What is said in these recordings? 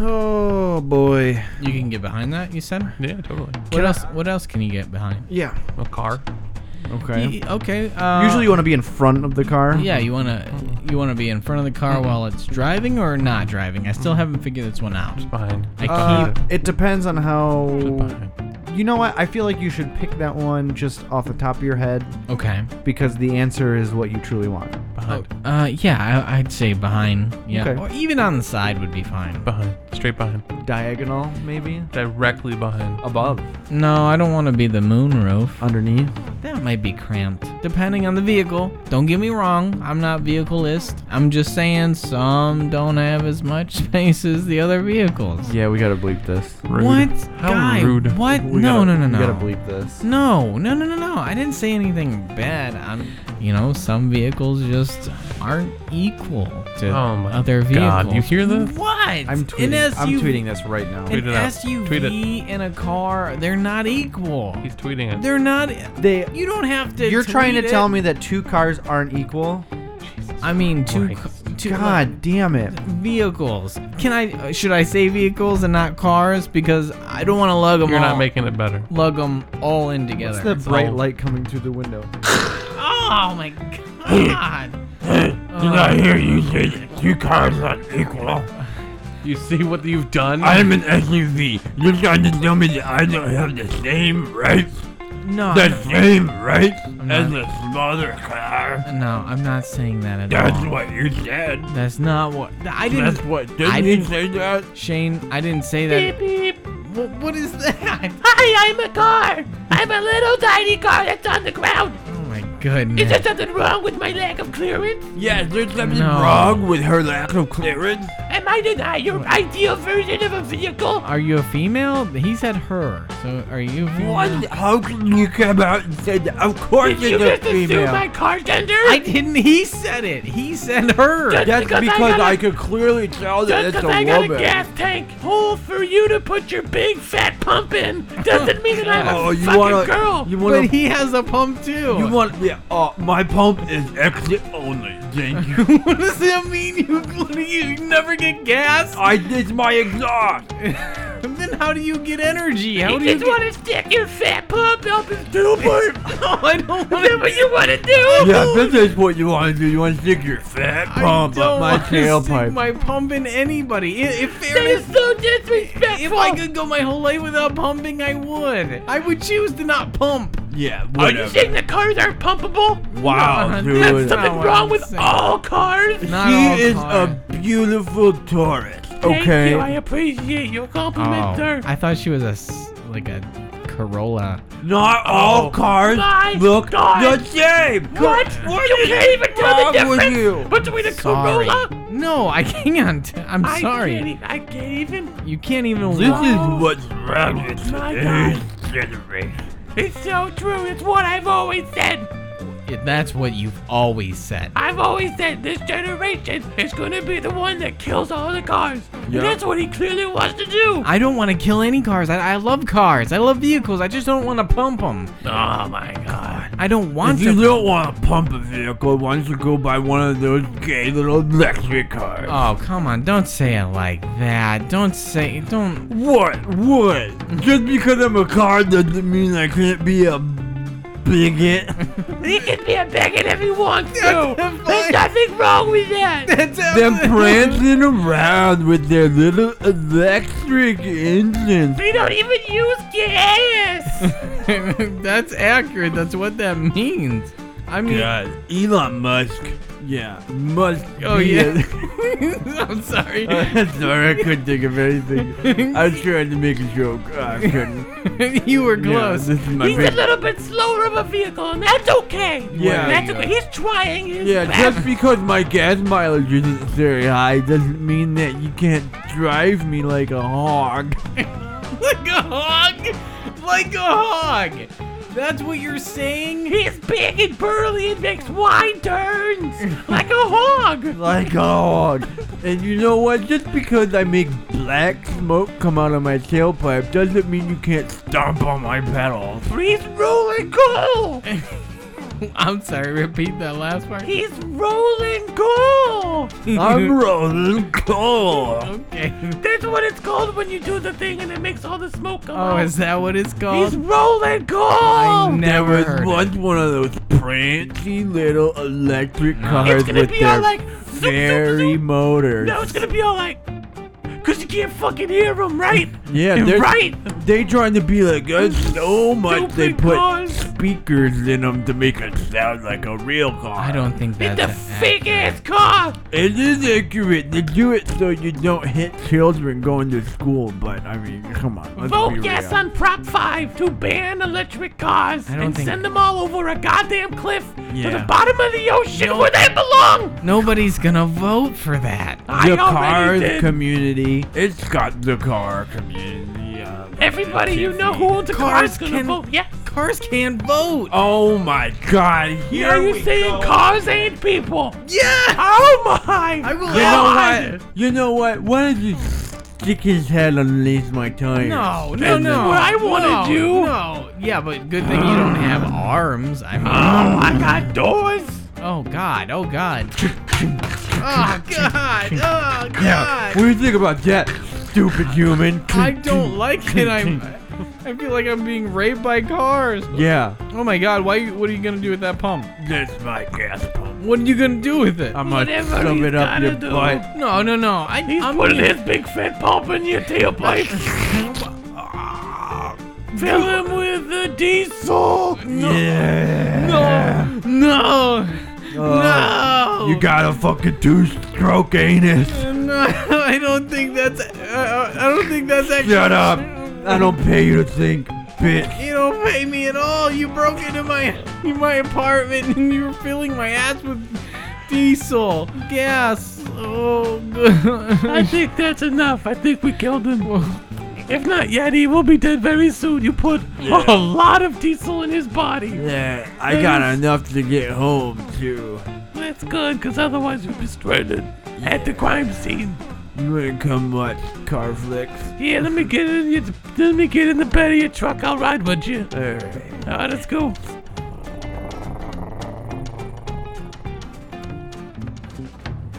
Oh boy. You can get behind that. You said. Yeah, totally. What else? What else can you get behind? Yeah. A car. Okay. Y- Okay. Uh, Usually you want to be in front of the car. Yeah, you wanna you wanna be in front of the car while it's driving or not driving. I still haven't figured this one out. Behind. I Uh, keep. it depends on how. Behind. Oh. You know what? I feel like you should pick that one just off the top of your head Okay. because the answer is what you truly want. Behind. Uh, yeah, I, I'd say behind. Yeah, Okay. or even on the side would be fine. Behind. Straight behind. Diagonal, maybe? Directly behind. Above. No, I don't want to be the moon roof. Underneath. That might be cramped, depending on the vehicle. Don't get me wrong, I'm not vehicleist. I'm just saying some don't have as much space as the other vehicles. Yeah, we gotta bleep this. Rude. What? How Guy, rude. What? We no, gotta- no, no, we no. gotta bleep this. No, no, no, no, no. I didn't say anything bad. I'm, you know, some vehicles just aren't equal to Oh my other vehicles. God, you hear this? What? I'm An tweeting. I'm SUV tweeting this right now. An Tweet it out. SUV Tweet and a car, they're not equal. He's tweeting it. They're not. They. You don't have to. You're trying to tweet it. tell me that two cars aren't equal? I mean, two, Christ. ca- two God damn it. like, vehicles. Can I? uh, Should I say vehicles and not cars? Because I don't want to lug them. You're all, not making it better. lug them all in together. What's the bright all- light coming through the window? oh my god. Did I hear you say that two cars are equal? You see what you've done? I'm an SUV. You're trying to tell me that I don't have the same rights, No. the I'm same rights as not- a smaller car? not- No, I'm not saying that at That's all. what you said. That's not what I didn't. That's what. Didn't I you didn't. say that? Shane, I didn't say that. Wha- what is that? Hi, I'm a car. I'm a little tiny car that's on the ground. Oh my goodness. something wrong with my lack of clearance? Yes, there's something No. wrong with her lack of clearance. Am I denied your ideal version of a vehicle? Are you a female? He said her. So are you? a female? What? How can you come out and say that? Of course it's a female. car tender? I didn't. He said it. He said her. That's because, I, could clearly tell got, just 'cause I got a gas tank hole for you to put your big fat pump in doesn't mean that I'm a Oh, you fucking wanna- girl. You but want to? he has a pump too. You want yeah, uh, my pump is exit only. Thank you. what does that mean? You you never get gas? I did my exhaust. then how do you get energy? How you do you? just Get, want to stick your fat pump up his tube. no, I don't Is that want what you want to do? Yeah, this is what you want to do. You want to stick your fat I don't wanna stick my pump in anybody. I- If That is fairness, so disrespectful. if I could go my whole life without pumping, I would. I would choose to not pump. yeah, Are you saying the cars aren't pumpable? Wow, Nah, dude. That's that's not something what wrong I'm with saying. all cars. Not all cars. beautiful tourist. Okay. Thank you. I appreciate your Oh. compliment, sir. I thought she was a s- like a Corolla. Not all cars My look God. the same. What? you can't even tell the wrong with difference you? between a Sorry. Corolla. No, I can't. I'm I sorry. Can't, e- I can't even. You can't even This walk. is what's wrong with my today's generation. It's so true. It's what I've always said. If That's what you've always said. I've always said this generation is gonna be the one that kills all the cars. Yeah. And that's what he clearly wants to do. I don't want to kill any cars. I, I love cars. I love vehicles. I just don't want to pump them. Oh my God. I don't want If you to. don't want to pump a vehicle, why don't you go buy one of those gay little electric cars? Oh, come on. Don't say it like that. Don't say. Don't. what? What? Just because I'm a car doesn't mean I can't be a bigot. He can be a bigot if he wants to. That's There's fine. nothing wrong with that. Them prancing around with their little electric engines. They don't even use gas. That's accurate. That's what that means. I mean. God, Elon Musk. Yeah, Musk. Oh be yeah. a- I'm sorry. Uh, Sorry, I couldn't think of anything. I was trying to make a joke. I couldn't. you were Yeah, close. this is my He's a favorite. little bit slower of a vehicle, and that's okay. Yeah. That's okay. He's trying his Yeah, best. just because my gas mileage isn't very high doesn't mean that you can't drive me like a hog. Like a hog. Like a hog. That's what you're saying. He's big and burly and makes wide turns like a hog. Like a hog. And you know what? Just because I make black smoke come out of my tailpipe doesn't mean you can't stomp on my pedals. He's really cool. I'm sorry, repeat that last part. He's rolling gold. I'm rolling coal. Okay. That's what it's called when you do the thing and it makes all the smoke come Oh, out. is that what it's called? He's rolling I gold. never heard it. What's one of those prancy little electric cars It's gonna with be all their like zoop, zoop, fairy zoop. motors? No, it's gonna be all like, cause you can't fucking hear him, right? yeah, they're right. They trying to be like us so much. They Stupid put cars. speakers in them to make it sound like a real car. I don't think that's It's a an fake ass car. It is accurate. They do it so you don't hit children going to school. But I mean, come on. Let's Vote be yes real. on Prop 5 to ban electric cars I don't and think- send them all over a goddamn cliff to Yeah. the bottom of the ocean where they belong. Nobody's gonna vote for that. I the cars already did. community. It's got the car community. uh, Everybody you know who owns a car Cars is gonna can- vote yes. Cars can't vote. Oh my God! Here Are we you saying go. cars ain't people? Yeah. Oh my! I will You God. know what? You know what? Why don't you stick his head on these my tires? No, no, And no. what I wanted no, you. No. Yeah, but good thing you don't have arms. I mean. Oh, I got doors. Oh God! Oh God! oh God! Oh What God! do you think about that, stupid human? I don't like it. I'm. I feel like I'm being raped by cars. Yeah, Oh my God! Why? you- What are you gonna do with that pump? that's my gas pump. What are you gonna do with it? I'm gonna Whatever shove he's it up gotta your do. butt. no, no, no. I, He's I'm putting his big fat pump in your tailpipe. Fill him with the diesel. Yeah. No, no, Oh, no. You got a fucking two-stroke anus. No, I don't think that's. Uh, I don't think that's actually. Shut up. I don't pay you to think, bitch. You don't pay me at all. You broke into my my apartment and you were filling my ass with diesel, gas. Oh, I God. think that's enough. I think we killed him. If not yet, he will be dead very soon. You put a lot of diesel in his body. Yeah, I got enough to get home too. That's good, because otherwise we'd be stranded at the crime scene. You wouldn't come much, Carflix. Yeah, let me get in. Your, let me get in the bed of your truck. I'll ride with you. Alright. All right, let's go.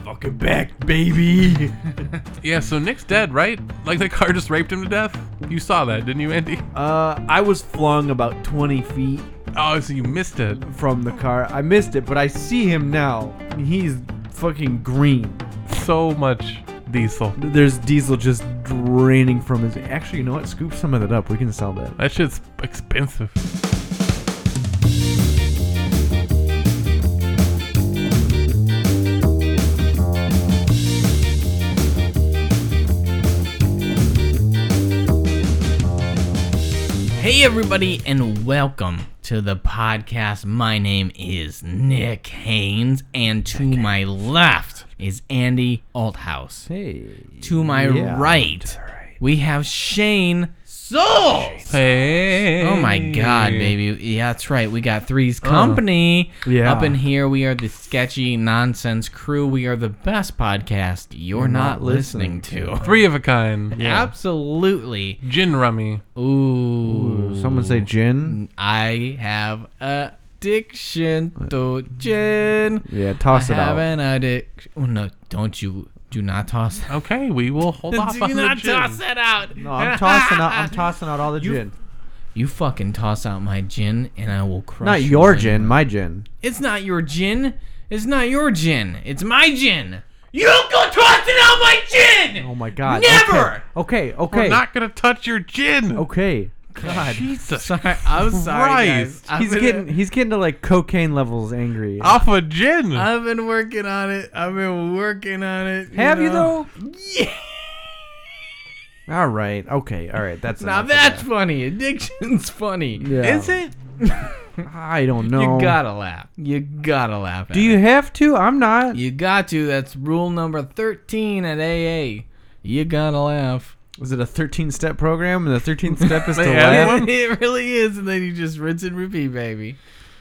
Fucking back, baby. Yeah, so Nick's dead, right? Like the car just raped him to death? You saw that, didn't you, Andy? Uh, I was flung about 20 feet Oh, so you missed it. from the car. I missed it, but I see him now. He's fucking green. So much diesel. There's diesel just draining from his. Actually, you know what? Scoop some of that up. We can sell that. That shit's expensive. Hey, everybody, and welcome to the podcast. My name is Nick Haynes, and to my left is Andy Althouse. Hey. To my Yeah. right, we have Shane Souls. Hey. Eh. Oh my god, baby. Yeah, that's right. We got Three's Company Oh. yeah. up in here. We are the sketchy nonsense crew. We are the best podcast you're, not, not listening, listening to. Three of a kind. Absolutely. Gin rummy. Ooh. Ooh, someone say gin. I have addiction to gin. Yeah, toss I it have out. an addiction. Oh, no, don't you. Do not toss that. Okay, we will hold off Do on not the gin. toss that out. No, I'm tossing out. I'm tossing out all the gin. You fucking toss out my gin, and I will crush. Not you your in gin, my gin. It's not your gin. It's not your gin. It's my gin. You don't go tossing out my gin. Oh my god. Never! Okay. Okay. We're Okay. not gonna touch your gin. okay. Jesus. Sorry, I'm sorry, guys. Christ. I've He's been- getting he's getting to like cocaine levels angry. Off a gin. I've been working on it. I've been working on it. have you know? though? Yeah. All right. Okay. All right. That's Now enough of that's funny. Addiction's funny. that. Yeah. Is it? I don't know. You gotta laugh. You gotta laugh. At Do you have to? I'm not. It. You got to. That's rule number thirteen at AA. You gotta laugh. Was it a 13 step program? And the 13th step is to Yeah. laugh. it really is, and then you just rinse and repeat, baby.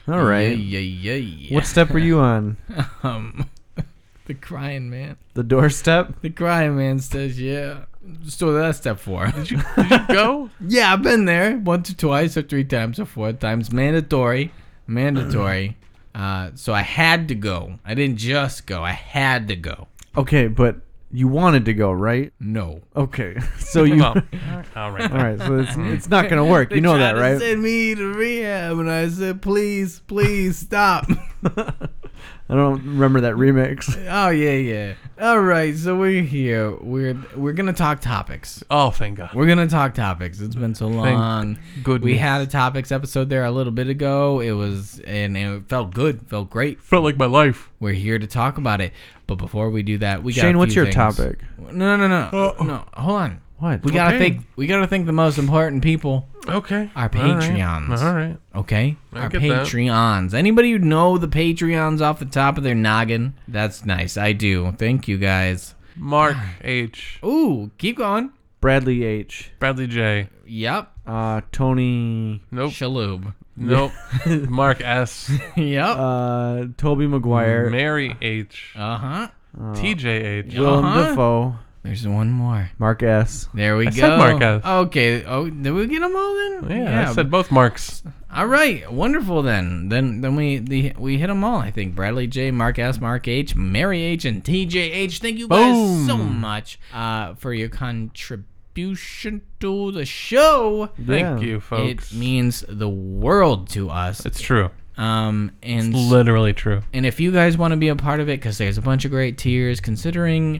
All right. Yeah, yeah, yeah. What step were you on? Um, the crying man. The doorstep? The crying man says, "Yeah." So that's step four. Go. yeah, I've been there once or twice or three times or four times. Mandatory, mandatory. Uh, so I had to go. I didn't just go. I had to go. Okay, but you wanted to go, right? No. Okay, so you. Well, All all right. right, so it's, it's not gonna work. You know that, right? send me to rehab, and I said, please, please stop. I don't remember that remix. oh yeah, yeah. All right, so we're here. We're we're gonna talk topics. Oh, thank God. We're gonna talk topics. It's been so long. Good. We had a topics episode there a little bit ago. It was and it felt good, felt great. felt like my life. We're here to talk about it. But before we do that, we got a Shane, few what's your things. topic? No, no, no, no, no. Hold on. What? We gotta Oh. Okay. think. We gotta think the most important people. Okay. Our All right. Patreons. All right. Okay, I our get that. Patreons. Anybody who know the Patreons off the top of their noggin? That's nice. I do. Thank you guys. Mark H. Ooh, keep going. Bradley H. Bradley J. Yep. Uh, Tony. Nope. Shaloob. Nope. Mark S. Yep. Uh, Toby Maguire. Mary H. Uh huh. TJ H. Willem Uh-huh. Dafoe. There's one more. Mark S. There we I go. said Marquez. Okay. Oh, did we get them all then? Yeah, I said both marks. All right. Wonderful then. Then then we the, we hit them all. I think Bradley J, Mark S, Mark H, Mary H, and TJ H. Thank you guys Boom. so much uh, for your contribution to the show. Yeah. Thank you, folks. It means the world to us. it's true. Um and Literally true. and if you guys want to be a part of it because there's a bunch of great tiers considering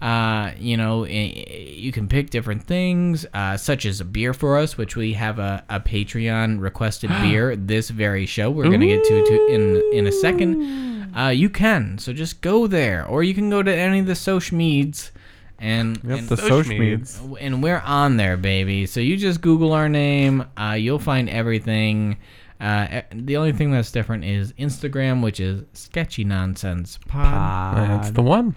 uh, you know i- i- you can pick different things uh, such as a beer for us which we have a, a patreon requested beer this very show we're gonna get to, to in in a second uh, you can so just go there or you can go to any of the social meds and, and Yep, the social meds. and we're on there, baby. So you just Google our name, uh, you'll find everything. Uh, e- the only thing that's different is Instagram, which is sketchy nonsense pod. Uh, That's the one.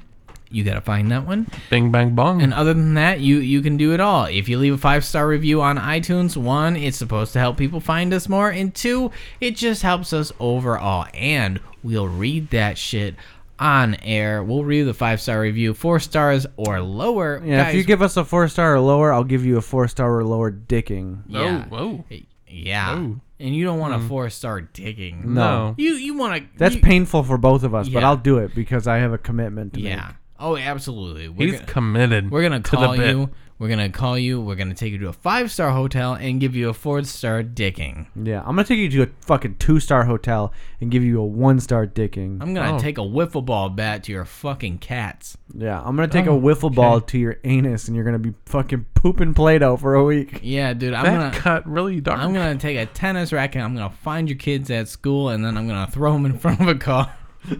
You gotta find that one. Bing bang bong. And other than that, you you can do it all. If you leave a five star review on iTunes, one, it's supposed to help people find us more, and two, it just helps us overall. And we'll read that shit on air. We'll read the five star review, four stars or lower. Yeah, if Guys, you give us a four star or lower, I'll give you a four star or lower dicking. yeah. Oh, oh. Yeah. Oh. And you don't want a four star digging. No. You you want to. That's painful for both of us, but Yeah. I'll do it because I have a commitment to Yeah. Oh, absolutely. We're He's gonna- committed. We're gonna to call the bit. you. We're gonna call you. We're gonna take you to a five star hotel and give you a four star dicking. make. Yeah, I'm gonna take you to a fucking two star hotel and give you a one star dicking. I'm gonna Oh. take a wiffle ball bat to your fucking cats. yeah, I'm gonna take Oh, a wiffle ball to your anus and you're gonna be fucking pooping play doh for a week. Yeah, dude. I'm That gonna. cut really dark. I'm gonna take a tennis racket. I'm gonna find your kids at school, and then I'm gonna throw them in front of a car.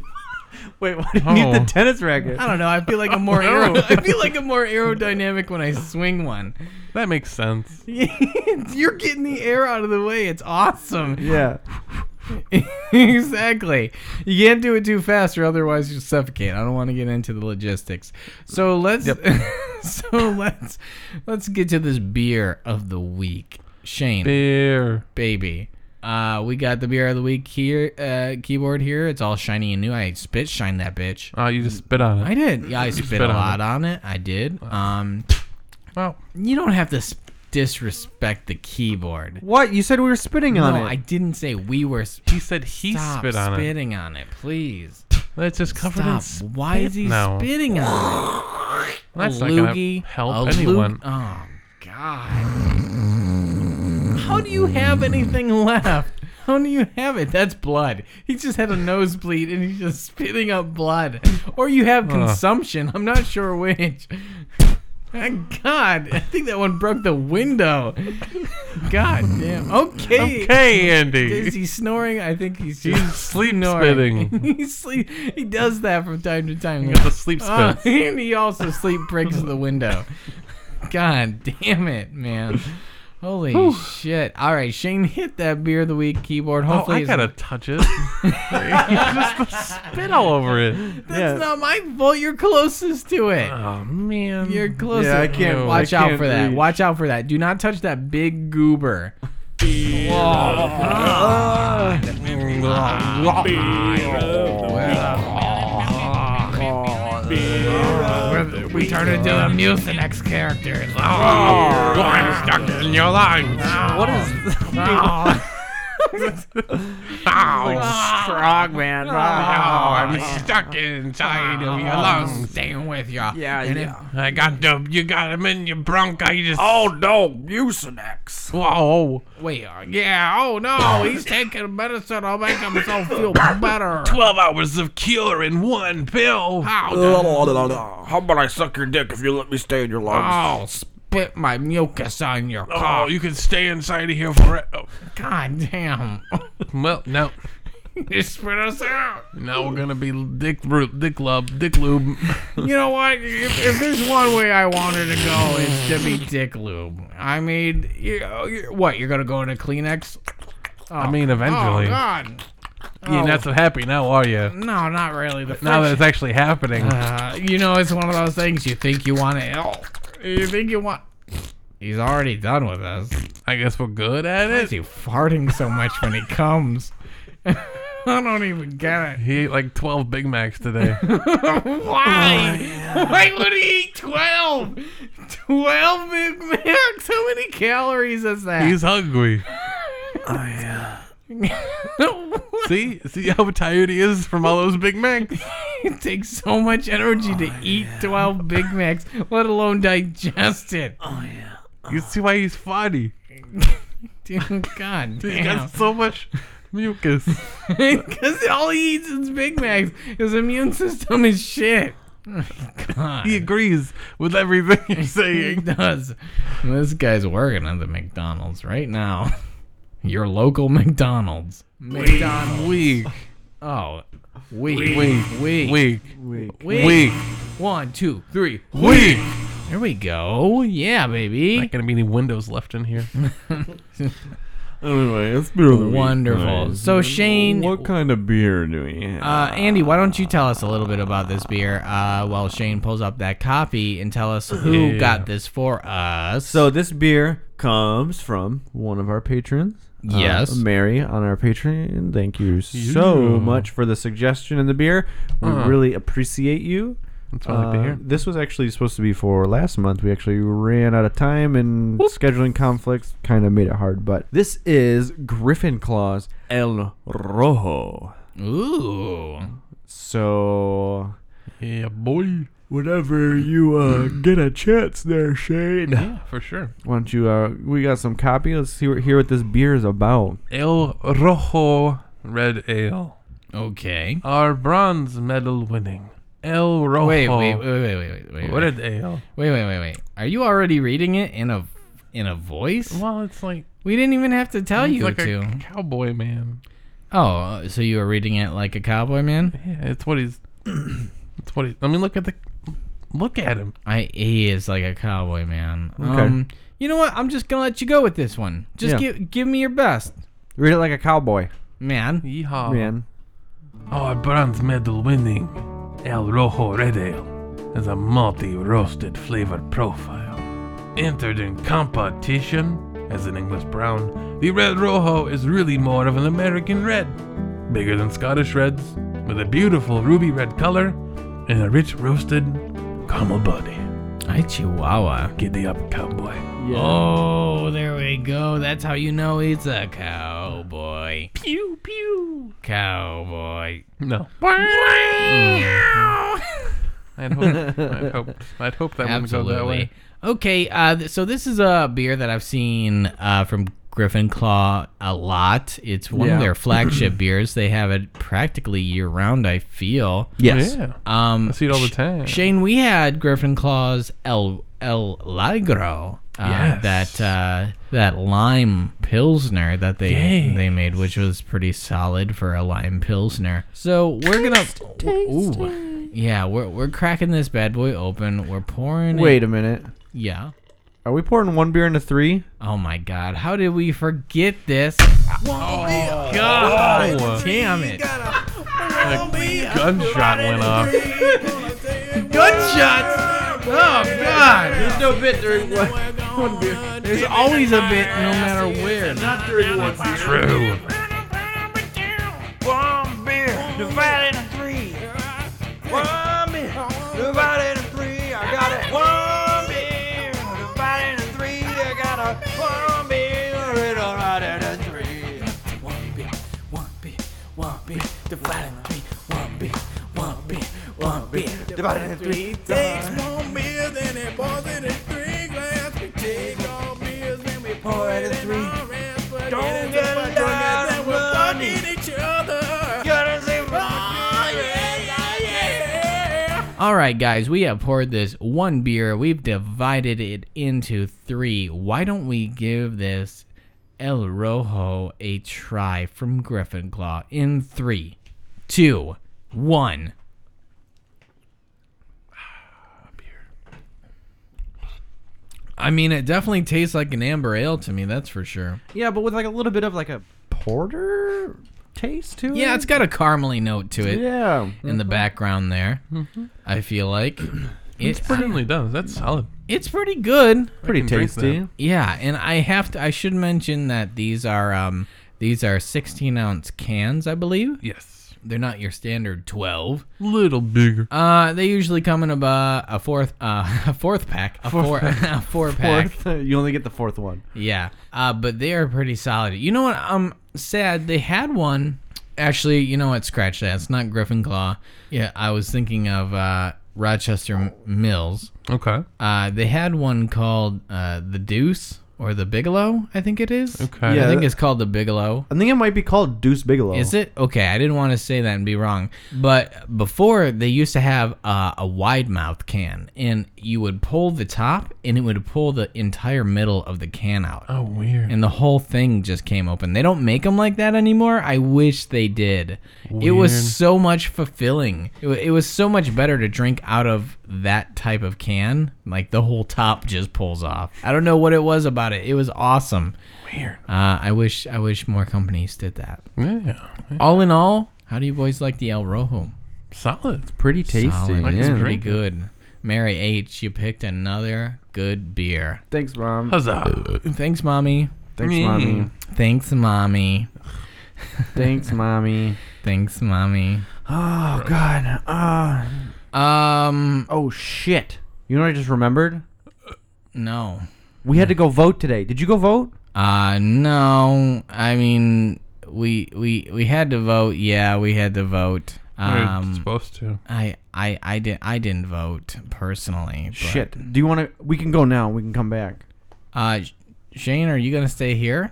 Wait, why do you need the Oh. tennis racket? I don't know. I feel like I'm more. Aero- I feel like I'm more aerodynamic when I swing one. that makes sense. You're getting the air out of the way. It's awesome. Yeah, exactly. You can't do it too fast, or otherwise you suffocate. I don't want to get into the logistics. So let's so let's let's get to this beer of the week, Shane, Beer. baby. Uh, we got the beer of the week here, uh, keyboard here. It's all shiny and new. I spit shine that bitch. Oh, you just spit on I it. did. Yeah, I spit, spit a on lot it. on it. I did. Um, Wow. you don't have to s- disrespect the keyboard. what you said we were spitting on no, it. I didn't say we were. s- He said he Stop spit on it. spitting on it, please. That's just covered in Stop. spit. Why is he now. spitting on it? That's a not gonna loogie, help a loo- anyone. Oh God! How do you have anything left? How do you have it? That's blood. He just had a nosebleed and he's just spitting up blood. Or you have consumption. I'm not sure which. God, I think that one broke the window. God damn. Okay. Hey, Andy. Is he snoring? I think he's just He's sleep snoring. spitting. he sleep. He does that from time to time. Got the sleep Uh, spit. and he also sleep breaks the window. God damn it, man! Holy shit! All right, Shane, hit that beer of the week keyboard. Oh, Hopefully, I it's- gotta touch it. you just spit all over it. that's yeah. Um, not my fault. You're closest to it. Oh man. You're closest. I can't- I Watch out can't for that. reach. Watch out for that. Do not touch that big goober. We turn into a Mucinex character. Oh, You're stuck in your lungs. what is? Strong man. Oh, uh, I'm stuck inside of you lungs. Oh. Staying with you. Yeah, yeah. I got the you got him in your bronchitis. Oh, no, Mucinex. whoa! Wait, uh, yeah. Oh no, he's taking medicine. I'll make himself feel better. Twelve hours of cure in one pill. How the- How about I suck your dick if you let me stay in your Ah. lungs? Oh, spit my mucus on your Oh, cock. you can stay inside of here forever. Oh, God damn. well, no, you spit us out. now we're gonna be dick ru- dick lub dick lube. You know what? If, if there's one way I wanted to go, it's to be dick lube. I mean, you, you, what? You're gonna go into Kleenex? I mean, Oh eventually, God. you're not Oh, so happy now, are you? no, not really. The Now that friction- it's actually happening. Uh, you know, it's one of those things you think you want to. Oh, you think you want. He's already done with us. I guess we're good at Why is it. he farting so much when he comes? I don't even get it. He ate like 12 Big Macs today. Why? Oh, Why would he eat 12? 12 Big Macs? How many calories is that? He's hungry. What? See? See how tired he is from all those Big Macs? it takes so much energy to Oh, eat 12 Big Macs, let alone digest it. Oh. You see why he's fatty? Dude, God He's damn. got so much mucus. Because all he eats is Big Macs. His immune system is shit. God. He agrees with everything you're He saying. does. This guy's working at the McDonald's right now. Your local McDonald's. McDonald's. Weak. Oh. Week. Weak. Week. Weak. Wait. Week. Weak. One, two, three. Weak. There we go. Yeah, baby. Not gonna be any windows left in here. Anyway, it's beer of the week, Wonderful. guys. So, Shane- what kind of beer do we have? Uh, Andy, why don't you tell us a little bit about this beer uh, while Shane pulls up that copy and tell us who Yeah. got this for us? So this beer comes from one of our patrons. uh, Yes. Mary on our Patreon. Thank you so Yeah. much for the suggestion and the beer. We really appreciate you. Uh, That's what I like to hear. This was actually supposed to be for last month. We actually ran out of time and scheduling conflicts kind of made it hard. But this is Griffin Claws El Rojo. Ooh. So Yeah, boy. whenever you uh, get a chance there, Shane. Yeah, for sure. Why don't you? Uh, we got some copy. Let's see what, hear what this beer is about. El Rojo Red Ale. Okay. Our bronze medal winning. El Rojo. Wait, wait, wait, wait, wait, wait, wait. What wait. an ale. Wait, wait, wait, wait. Are you already reading it in a in a voice? Well, it's like We didn't even have to tell he's you like to. a cowboy man. Oh, so you were reading it like a cowboy man? Yeah, it's what he's. it's what he. I mean, look at the. Look at him. I he is like a cowboy man. Okay. Um you know what? I'm just gonna let you go with this one. Just Yeah. give give me your best, Read it like a cowboy, man. Yeehaw. man. Our bronze medal winning El Rojo Red Ale has a malty roasted flavor profile. Entered in competition as an English brown, the Red Rojo is really more of an American red, bigger than Scottish reds, with a beautiful ruby red color and a rich roasted caramel body. I Chihuahua. Giddy up, cowboy. Oh, there we go. That's how you know he's a cowboy. Pew pew. Cowboy. No, Mm. I'd hoped, I'd hoped, I'd hoped that wouldn't go that Absolutely. way. Okay, uh, th- so this is a beer that I've seen uh, from Griffin Claw a lot. It's one of Yeah. their flagship beers. They have it practically year round. I feel. Yes. Yeah, Um, I see it all the Sh- time. Shane, we had Griffin Claw's El El Lagro. Uh, Yes. That uh, that lime pilsner that they Yes. they made, which was pretty solid for a lime pilsner. So we're gonna, ooh, yeah, we're we're cracking this bad boy open. We're pouring. it- Wait a minute. yeah. Are we pouring one beer into three? Oh my God! How did we forget this? Oh, Damn it! a gunshot went off. Gunshots! Oh God! There's no bit during one, beer. There's always a bit, no matter where. True. One beer, divided in three. One beer, divided in three. I got it. One beer, divided in three. I got a one beer, divided in three. One Divide it in three. One beer, one beer, one beer. Divide it in three. Takes one beer, then it pours it in three glasses. We take all beers, then we pour it in three. Don't get it down, we're fucking each other. Gotta say, oh, yeah, yeah, yeah. All right, guys, we have poured this one beer. We've divided it into three. Why don't we give this El Rojo a try from Griffinclaw in three, two, one? I mean, it definitely tastes like an amber ale to me, that's for sure. Yeah, but with like a little bit of like a porter taste to it. Yeah, it's got a caramely note to it yeah. in the background there. I feel like it, certainly does. That's solid. it's pretty good. Pretty drink tasty. that. Yeah, and I have to. I should mention that these are um these are 16 ounce cans, I believe. Yes. They're not your standard 12. Little bigger. Uh, they usually come in about a fourth uh a fourth pack, a four a four pack. Fourth, you only get the fourth one. Yeah. Uh, but they are pretty solid. You know what? I'm sad they had one. Actually, you know what? Scratch that. It's not Griffin Claw. Yeah, I was thinking of uh, Rochester M- Mills. Okay. Uh, they had one called uh, the Deuce or the Bigelow, I think it is. Okay. Yeah. I think it's called the Bigelow. I think it might be called Deuce Bigelow. Is it okay? I didn't want to say that and be wrong, but before they used to have uh, a wide mouth can, and you would pull the top, and it would pull the entire middle of the can out, Oh, Mm-hmm. weird. and the whole thing just came open. They don't make them like that anymore. I wish they did. It Weird. was so much fulfilling. It, wa- it was so much better to drink out of that type of can. Like the whole top just pulls off. I don't know what it was about it. It was awesome. Weird. Uh, I wish I wish more companies did that. Yeah. All in all, how do you boys like the El Rojo? Solid. Pretty tasty. Solid. Like It's yeah. pretty good. Mary H, you picked another good beer. Thanks, mom. Huzzah. Uh, Thanks, mommy. Thanks, Mm. mommy. Thanks, mommy. Thanks, mommy. Thanks, mommy. Oh God. Uh, Um, oh shit. You know what I just remembered? no. We had to go vote today. Did you go vote? Uh, no. I mean, we we we had to vote. Yeah, we had to vote. We're Um, supposed to. I I I did I didn't vote personally. But, Shit. Do you want to? We can go now. We can come back. Uh, Shane, are you gonna stay here?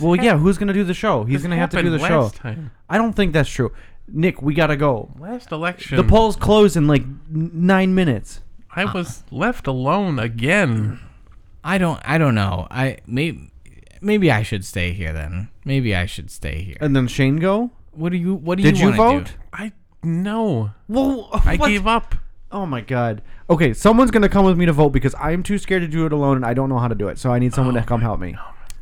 Well, yeah. Who's gonna do the show? He's gonna have to do the last show. Time. I don't think that's true. Nick, we gotta go. Last election. The polls close in like n- nine minutes. I was left alone again. I don't I don't know. I maybe maybe I should stay here then. Maybe I should stay here. And then Shane go. What do you What do Uh, Did you, you, wanna vote? do? I no. Well, I what? gave up. Oh my god. Okay, someone's gonna come with me to vote because I'm too scared to do it alone and I don't know how to do it. So I need someone Oh to come help me.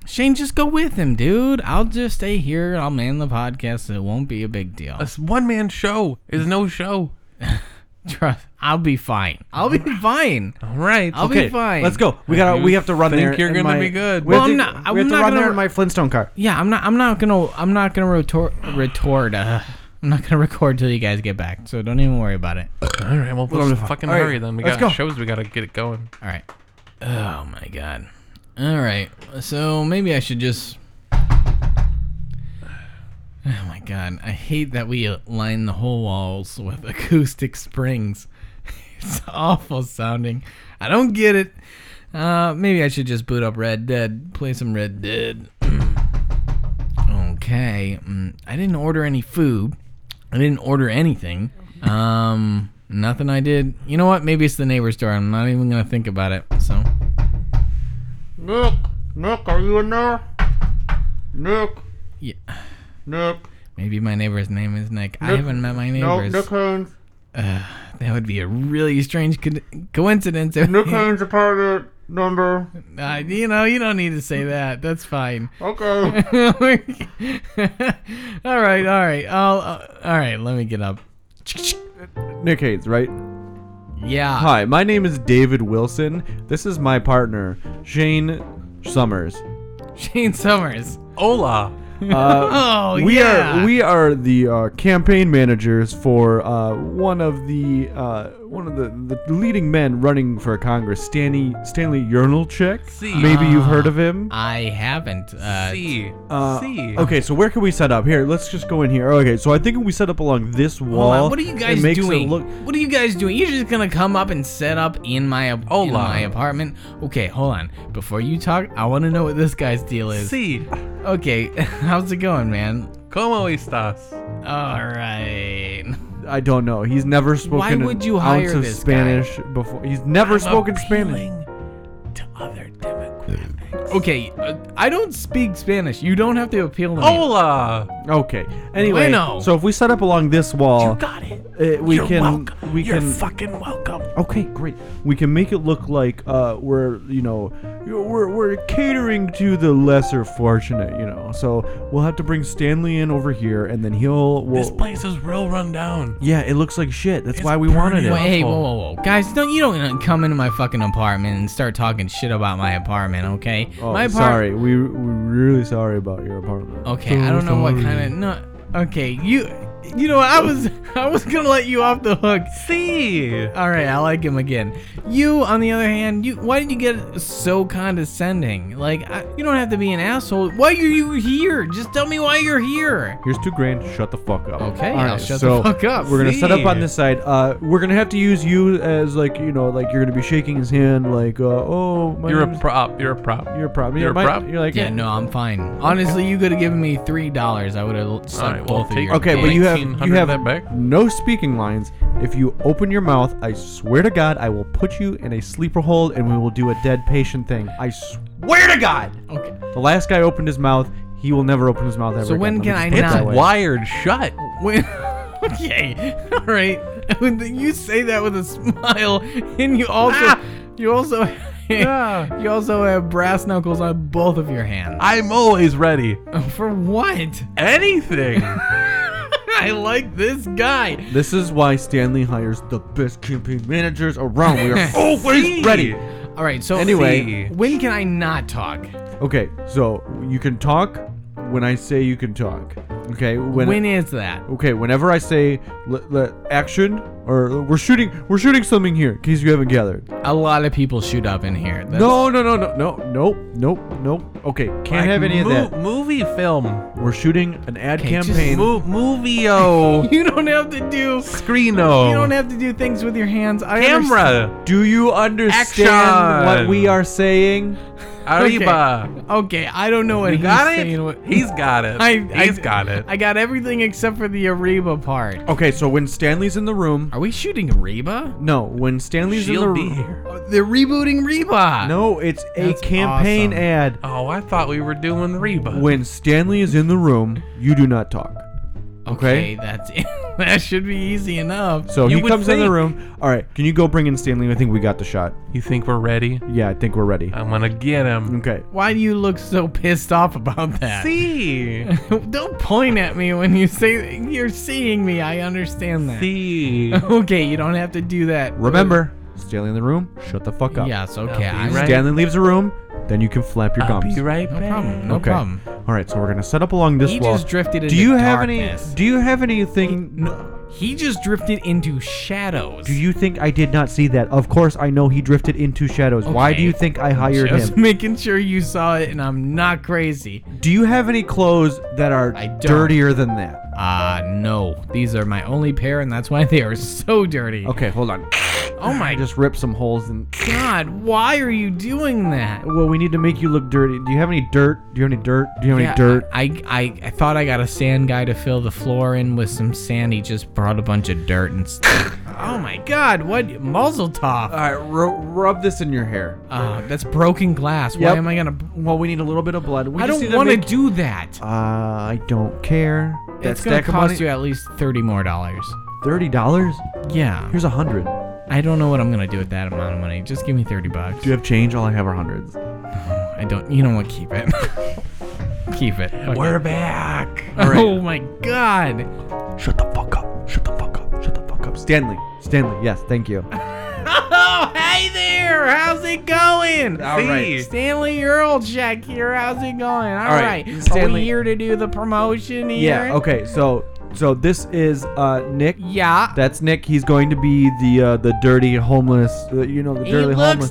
Shane, just go with him, dude. I'll just stay here. I'll man the podcast. It won't be a big deal. Uh, A one man show is no show. Trust. I'll be fine. I'll be fine. All right. I'll Okay, be fine. Let's go. We gotta. You We have to run think there. you're in gonna my- be good. We Well, have I'm to- not- I'm We have to not run gonna- there in my Flintstone car. Yeah, I'm not. I'm not gonna. I'm not gonna retort. Retort. Uh, I'm not gonna record till you guys get back. So don't even worry about it. All right. Well, let's fucking All right, hurry then. We let's got go. shows. We gotta get it going. All right. Oh my god. All right. So maybe I should just. Oh my god. I hate that we line the whole walls with acoustic springs. It's awful sounding. I don't get it. Uh, maybe I should just boot up Red Dead. Play some Red Dead. okay. Mm, I didn't order any food. I didn't order anything. Um, nothing I did. You know what? Maybe it's the neighbor's door. I'm not even gonna think about it. So, Nick, Nick, are you in there? Nick. Yeah. Nick. maybe my neighbor's name is Nick. I haven't met my neighbors. Uh, Haynes. That would be a really strange co- coincidence. uh, apartment number. you know, you don't need to say that. That's fine. Oh. Okay. all right, all right. I'll, uh, all right. Let me get up. Nick Haynes, right? Yeah. Hi, my name is David Wilson. This is my partner, Shane Summers. Shane Summers. Hola. Uh, Oh we yeah. are we are the uh, campaign managers for uh, one of the uh, one of the, the leading men running for Congress, Stanley Stanley Yernalchek. See. Maybe you've heard Ah. of him. I haven't. Uh, See. Uh, See. Okay, so where can we set up? Here, let's just go in here. Okay, so I think we set up along this wall. Hold on, what are you It guys makes it doing? look- what are you guys doing? You're just gonna come up and set up in my ap- Hold in my on. apartment? Okay, hold on. Before you talk, I want to know what this guy's deal is. See. Okay, how's it going, man? Como estas? All right. I don't know. oh, He's never spoken. would you an hire ounce of this guy? Spanish before? He's never spoken Spanish. To other demographics. Okay, uh, I don't speak Spanish. You don't have to appeal to me. Oh, Hola. Okay. Anyway, Bueno. so if we set up along this wall, Got it. uh, we You're can welcome. we You're can fucking welcome. Okay, great. We can make it look like uh, we're, you know, we're, we're catering to the lesser fortunate, you know. So we'll have to bring Stanley in over here, and then he'll. We'll, This place is real run down. yeah, it looks like shit. That's It's why we wanted it. Wait, hey, whoa, awful. whoa, whoa, guys! Don't you don't come into my fucking apartment and start talking shit about my apartment, okay? Oh, my apart- sorry. We, we're really sorry about your apartment. Okay, I don't know what kind of no. Okay, you, you know, what, I was I was gonna let you off the hook. See. All right, I like him again. You, on the other hand, you why did you get so condescending? Like, I, you don't have to be an asshole. Why are you here? Just tell me why you're here. Here's two grand. Shut the fuck up. Okay, All I'll shut the fuck up. We're gonna set See? up on this side. Uh, we're gonna have to use you as like you know, like you're gonna be shaking his hand, like uh, oh my. You're a name's- prop. You're a prop. You're a problem. you're a prop? You're like Yeah, no, I'm fine. Honestly, you could have given me three dollars. I would have All sucked right, well, both of take- your. Okay, but you have you 1900 have that back? no speaking lines. If you open your mouth, I swear to God, I will put you in a sleeper hold, and we will do a dead patient thing. I swear to God. Okay. The last guy opened his mouth. He will never open his mouth ever. So when again. Let can me I just put it not? that way. Wired shut. When, okay, all right. When you say that with a smile, and you also Ah! you also you also have brass knuckles on both of your hands. I'm always ready. For what? Anything. I like this guy. This is why Stanley hires the best campaign managers around. We are always ready. All right. So Anyway. when can I not talk? okay. So you can talk when I say you can talk. Okay. When when is that? Okay, whenever I say l- l- action or we're shooting, we're shooting something here. In case you haven't gathered. A lot of people shoot up in here. That's- No, no, no, no, no, nope, nope, nope. Okay, can't have any of that. Movie film. We're shooting an ad Okay, just campaign. Mo- movie-o. You don't have to do. Screeno. You don't have to do things with your hands. I understand- Camera. Do you understand what Action. we are saying? Arriba. Okay, I don't know what You he's got saying. it? What- He's got it. I, I- He's got Oh. it. I got everything except for the Ariba part. Okay, so when Stanley's in the room, Are we shooting Reba? no, when Stanley's in the She'll be room, here. Oh, they're rebooting Reba. no, it's a That's campaign awesome. ad. Oh, I thought we were doing Reba. When Stanley is in the room, you do not talk. Okay, that's it. that should be easy enough. So You he would comes in the think. room. All right, can you go bring in Stanley? I think we got the shot. you think we're ready? Yeah, I think we're ready. I'm gonna get him. Okay. Why do you look so pissed off about that? See. Don't point at me when you say you're seeing me. I understand that. See. Okay, you don't have to do that. Remember, Stanley in the room, shut the fuck up. Yes. Okay. I'll I, be right- Stanley leaves the room, then you can flap your I'll gums. be right No back. problem. No okay. problem. All right, so we're gonna set up along this He wall. just drifted into do you have darkness. any? Do you have anything? He just drifted into shadows. do you think I did not see that? Of course, I know he drifted into shadows. Why do Okay. you think I hired just him? making sure you saw it, and I'm not crazy. Do you have any clothes that are I don't. dirtier than that? Uh, no. These are my only pair, and that's why they are so dirty. Okay, hold on. Oh my I just ripped some holes and. god, why are you doing that? Well, we need to make you look dirty. Do you have any dirt? Do you have any dirt? Do you have Yeah, any dirt? I, I I thought I got a sand guy to fill the floor in with some sand. He just brought a bunch of dirt and stuff. oh my god, what Mazel All tov. right, ru- rub this in your hair. Uh, that's broken glass. Yep. Why am I gonna? Well, we need a little bit of blood. We I just don't need want to make- do that. Uh, I don't care. That it's gonna stack of cost you money. at least thirty more dollars. Thirty dollars? Yeah, Here's a hundred. I don't know what I'm gonna do with that amount of money. Just give me thirty bucks. Do you have change? All I have are hundreds. I don't. You know what? Keep it. keep it. Fuck We're it. back. Oh my god. Shut the fuck up. Shut the fuck up. Shut the fuck up. Stanley. Stanley. Yes. Thank you. Oh, hey there! here. How's it going? All right. Stanley Uralchek here. How's it going? All All right. right, Are we Stanley- here to do the promotion here? Yeah. Okay. So so this is uh Nick. Yeah. That's Nick. He's going to be the uh, the dirty homeless. Uh, you know the he dirty looks homeless.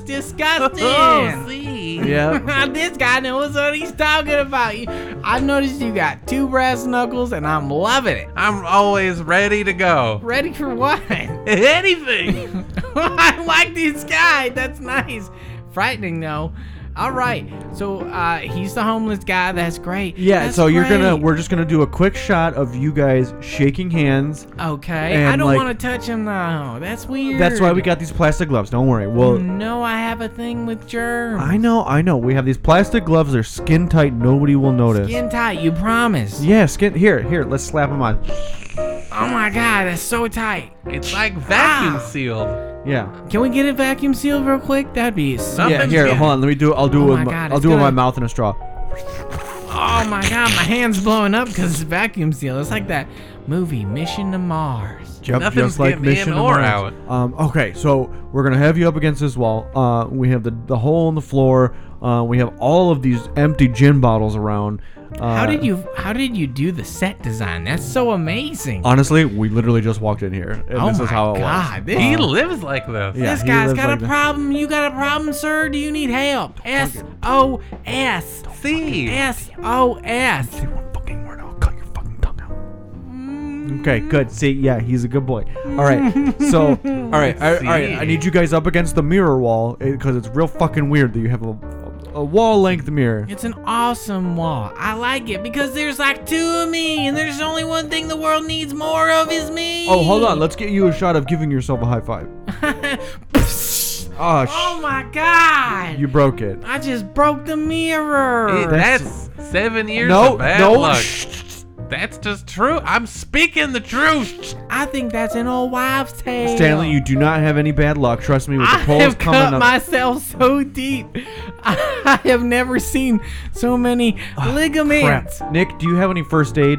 disgusting. yeah. this guy knows what he's talking about. You- I've noticed you got two brass knuckles, and I'm loving it. I'm always ready to go. Ready for what? Anything. I like this guy. That's nice. Frightening though. All right. So uh, he's the homeless guy. That's great. Yeah. That's so you're gonna great. we're just gonna do a quick shot of you guys shaking hands. Okay. and, I don't like- want to touch him though. That's weird. That's why we got these plastic gloves. Don't worry. Well. You know I have a thing with germs. I know, Oh, I know. We have these plastic gloves. They're skin tight. Nobody will notice. Skin tight. You promise. Yeah, skin. Here, here. Let's slap them on. Oh my god, that's so tight. It's like vacuum Ah. sealed. Yeah. Can we get it vacuum sealed real quick? That'd be so. Yeah. Something's Here, getting- hold on. Let me do. I'll do. Oh it with my my God, I'll it's do it with my gonna- mouth and a straw. Oh my god, my hand's blowing up because it's vacuum sealed. It's like that movie Mission to Mars. Yep, Nothing's just like getting in Mission to or Mars. out. Um, okay, so we're gonna have you up against this wall. Uh, we have the the hole in the floor. Uh, we have all of these empty gin bottles around. Uh, How did you how did you do the set design? That's so amazing. Honestly, we literally just walked in here, and oh this my is how it god. was. This, He lives like this. Yeah, this he guy's lives got like a that. problem. You got a problem, sir? Do you need help? S O S See. S O S. Okay, good. See, yeah, he's a good boy. All right, so all right, I, all right. I need you guys up against the mirror wall because it's real fucking weird that you have a, a wall length mirror. It's an awesome wall. I like it because there's like two of me, and there's only one thing the world needs more of is me. Oh, hold on. Let's get you a shot of giving yourself a high five. Oh, oh sh- my god! you broke it. I just broke the mirror. It- that's seven years No, of bad no, luck. shh. That's just true. I'm speaking the truth. I think that's an old wives' tale. Stanley, you do not have any bad luck. Trust me, with the I polls have coming cut up. myself so deep. I have never seen so many Ah, Crap. ligaments. Nick, do you have any first aid?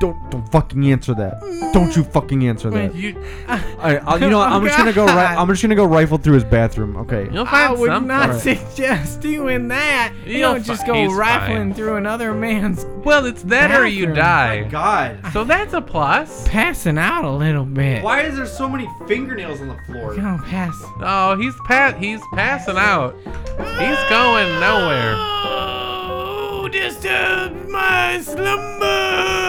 Don't don't fucking answer that. Don't you fucking answer that. You, All right, I'll, you Oh know what? I'm just gonna go. Ri- I'm just gonna go rifle through his bathroom. Okay. you'll find I would something. not Alright. suggest doing that. You You'll don't just fi- go he's rifling fine. through another man's Well, it's that or you Bathroom. die. God, So that's a plus. passing out a little bit. why is there so many fingernails on the floor? You don't pass. Oh, he's pa- he's passing out. He's going nowhere. Oh, disturb my slumber.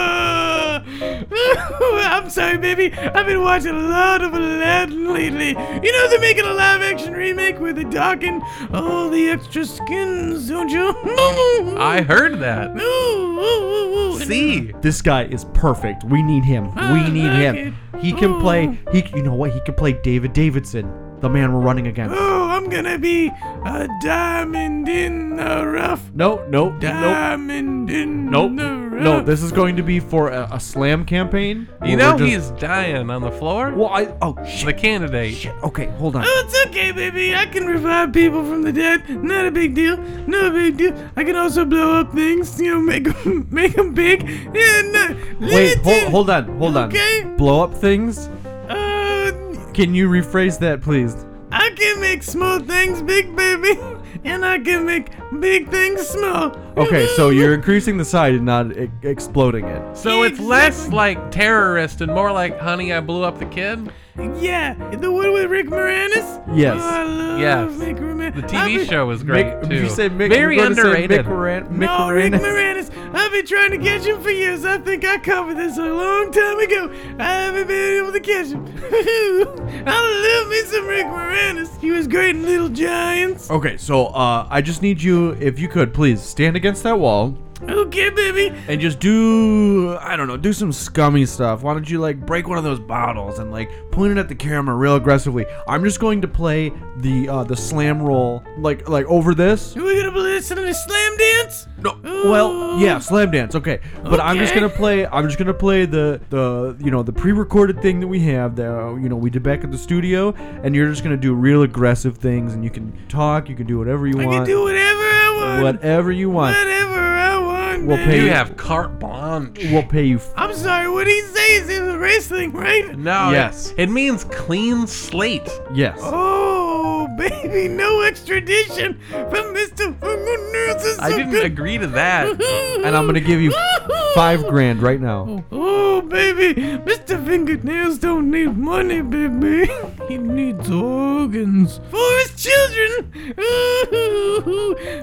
I'm sorry, baby. I've been watching a lot of Aladdin lately. You know they're making a live-action remake with the dark and all the extra skins, don't you? I heard that. Ooh, ooh, ooh, ooh. See, This guy is perfect. We need him. I We need like him. He can play. He, you know what? He can play David Davidson, the man we're running against. Oh, I'm gonna be a diamond in the rough. No, no, nope. Diamond in Nope. the rough. No, this is going to be for a, a slam campaign. you where know we're he's dying on the floor. Well, I. Oh shit. The candidate. Okay, hold on. Oh, it's okay, baby. I can revive people from the dead. Not a big deal. Not a big deal. I can also blow up things. You know, make them, make them big. Yeah, no, Wait, hold, hold on, hold on. Okay. Blow up things. Uh, Can you rephrase that, please? I can make small things big, baby, and I can make big things small. Okay, so you're increasing the size and not e- exploding it. So it's less like terrorist and more like, honey, I blew up the kid. Yeah, the one with Rick Moranis. Yes. Oh, I love Yes. Rick Moranis. The I've TV been- show was great Mick- too. You said Mick, Very you're gonna say underrated. Mick Moran- Mick No, Rick Moranis. Moranis. I've been trying to catch him for years. I think I covered this a long time ago. I haven't been able to catch him. I love me some Rick Moranis. He was great in Little Giants. Okay, so uh, I just need you, if you could, please stand against that wall Okay, baby. and just do, I don't know, do some scummy stuff. Why don't you like break one of those bottles and like point it at the camera real aggressively? I'm just going to play the uh, the slam roll like like over this. Are we gonna be listening to Slam Dance? No, well, yeah, slam dance. Okay, but I'm just Okay. gonna play. I'm just gonna play the the you know the pre-recorded thing that we have that uh, you know we did back at the studio, and you're just gonna do real aggressive things, and you can talk, you can do whatever you I want, can do whatever I want. whatever you want. Whatever I want. We'll baby. pay you you. have carte blanche. We'll pay you. F- I'm sorry. What he says is wrestling, right? No. it- Yes. It means clean slate. yes. Oh, baby. Maybe no extradition from Mr. Fungal Nurses. I didn't agree to that. And I'm gonna give you five grand right now. Oh, baby, Mr. Fingernails don't need money, baby. He needs organs for his children.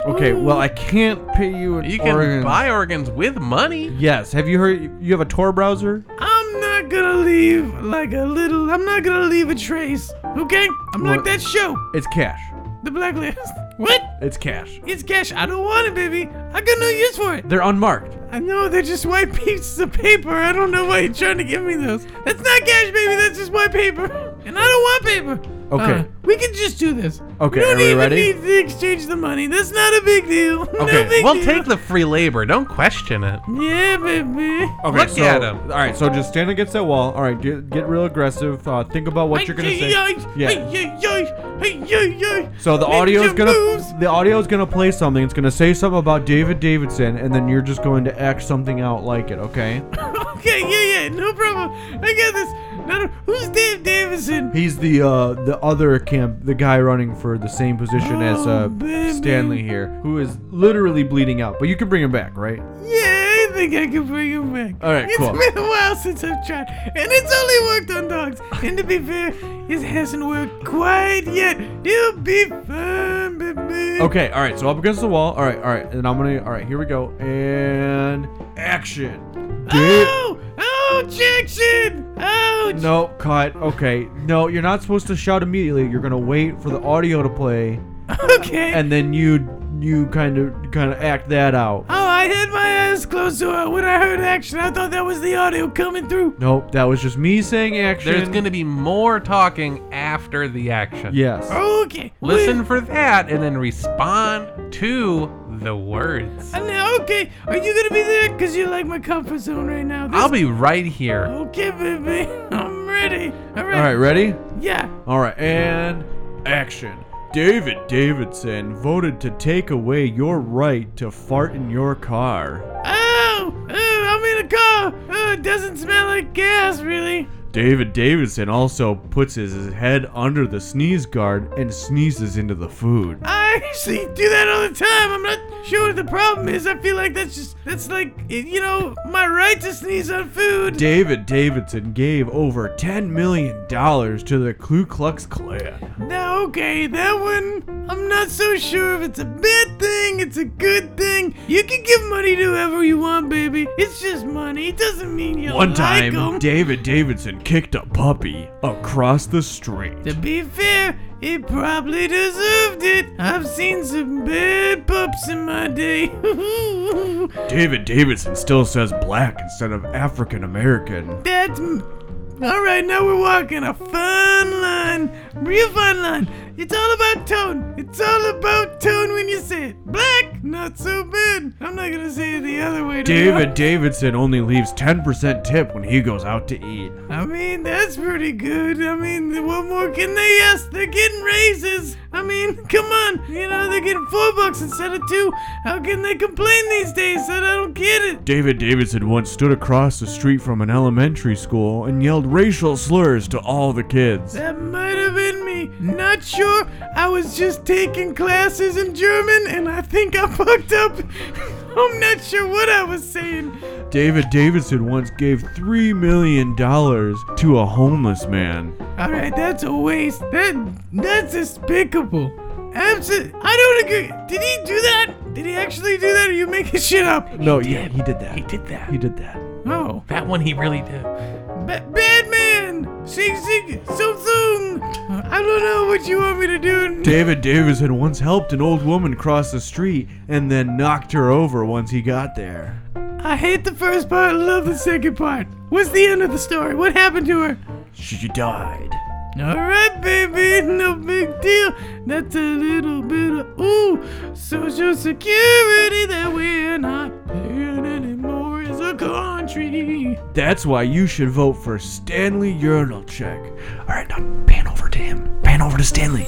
Okay, well I can't pay you an You can organ. buy organs with money. Yes. Have you heard? You have a Tor browser? I'm not gonna leave like a little. I'm not gonna leave a trace. Okay, I'm like What? that show, It's cash. The Blacklist. What? It's cash. It's cash. I don't want it, baby. I got no use for it. They're unmarked. I know they're just white pieces of paper. I don't know why you're trying to give me those. That's not cash, baby. That's just white paper, and I don't want paper. Okay. Uh, we can just do this. Okay, We don't are we Uh, even ready? need to exchange the money. That's not a big deal. Okay, no big We'll deal. take the free labor. Don't question it. Yeah, baby. Okay, Look so, at 'em. All right, so just stand against that wall. All right, get, get real aggressive. Uh, think about what you're gonna say. Yeah. Yeah. So the audio is gonna the audio is gonna play something. It's gonna say something about David Davidson, and then you're just going to act something out like it. Okay? Okay, yeah, yeah, no problem. I got this. Not a, who's Dave Davidson? He's the uh the other camp, the guy running for the same position as uh Oh, baby. Stanley here, who is literally bleeding out. But you can bring him back, right? Yeah, I think I can bring him back. All right, cool. It's been a while since I've tried, and it's only worked on dogs. And to be fair, it hasn't worked quite yet. You'll be fine, baby. Okay. All right. So up against the wall. All right. All right. And I'm gonna. All right. Here we go. And action. Dave. Oh, oh, Jackson. Oh, No, cut. Okay. No, you're not supposed to shout immediately. You're gonna wait for the audio to play, okay. and then you you kind of kind of act that out. oh, I had my eyes closed, so uh, when I heard action, I thought that was the audio coming through. Nope, that was just me saying action. There's going to be more talking after the action. yes. Okay. Listen for that and then respond to the words. And now, okay, are you gonna be there? Cause you like my comfort zone right now. This- I'll be right here. Okay, baby. I'm ready. I'm ready. All right, ready? Yeah. All right, and action. David Davidson voted to take away your right to fart in your car. Oh, oh, I'm in a car. Oh, it doesn't smell like gas, really. David Davidson also puts his head under the sneeze guard and sneezes into the food. I actually do that all the time. I'm not sure what the problem is. I feel like that's just that's like you know my right to sneeze on food. David Davidson gave over $10 million to the Ku Klux Klan. Now, okay, that one I'm not so sure if it's a bad thing, it's a good thing. You can give money to whoever you want, baby. It's just money. It doesn't mean you One like time, 'em. David Davidson kicked a puppy across the street. To be fair, it probably deserved it. I've seen some bad pups in my day. David Davidson still says black instead of African American. That's. m- All right, now we're walking a fun line, real fun line. It's all about tone. It's all about tone when you say it. Black, not so bad. I'm not gonna say it the other way. to David Davidson only leaves 10% tip when he goes out to eat. I mean, that's pretty good. I mean, what more can they ask? They're getting raises. I mean, come on. You know, they're getting four bucks instead of two. How can they complain these days? I don't get it. David Davidson once stood across the street from an elementary school and yelled racial slurs to all the kids. That might have been me. Not sure. I was just taking classes in German and I think I fucked up. I'm not sure what I was saying. David Davidson once gave $3 million to a homeless man. All right, that's a waste. That that's despicable. Absolutely, I don't agree. Did he do that? Did he actually do that? Or are you making shit up? No, yeah, he did that. He did that. He did that. Oh, That one he really did. ba- Batman, sing sing, Samsung. I don't know what you want me to do. David Davidson once helped an old woman cross the street and then knocked her over once he got there. I hate the first part. I love the second part. What's the end of the story? What happened to her? She died. All right, baby, no big deal. That's a little bit of ooh, social security that we're not paying anymore as a country. That's why you should vote for Stanley Urinal Check. All right, now pan over to him. Pan over to Stanley.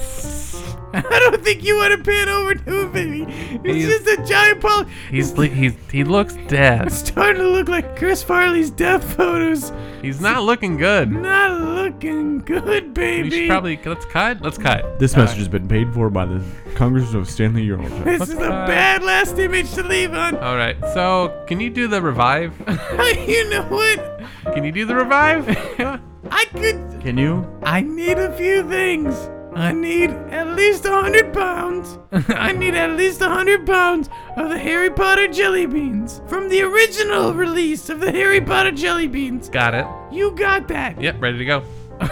I don't think you want to pan over to him, baby. It's He's- just a giant pole. He's le- he's he looks dead. It's starting to look like Chris Farley's death photos. He's not looking good. Not looking good, We baby. should probably let's cut. Let's cut. This message has been paid for by the Congress of Stanley Yorlchuk. This is a uh, bad last image to leave on. All right. So can you do the revive? you know what? Can you do the revive? I could. Can you? I need a few things. I need at least a hundred pounds. I need at least a hundred pounds of the Harry Potter jelly beans from the original release of the Harry Potter jelly beans. Got it. You got that? Yep. Ready to go. A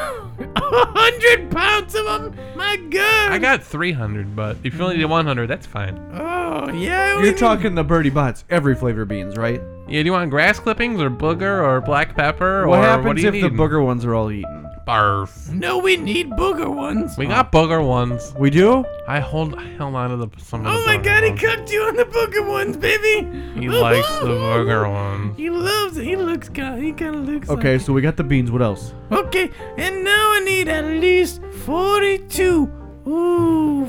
hundred pounds of them. My God. I got 300, but if you only did 100, that's fine. Oh yeah. I only You're need- talking the Birdie Bots, every flavor beans, right? Yeah. Do you want grass clippings or booger or black pepper What or happens what do you if the need? booger ones are all eaten? Barf. No, we need booger ones. We got booger ones. We do? I hold I held on to the some of the Oh my booger God, he ones. cooked you on the booger ones, baby. He likes the booger ones. He loves it. He looks kind. He kind of looks. like- Okay, so we got the beans. What else? Okay, and now I need at least 42. Ooh,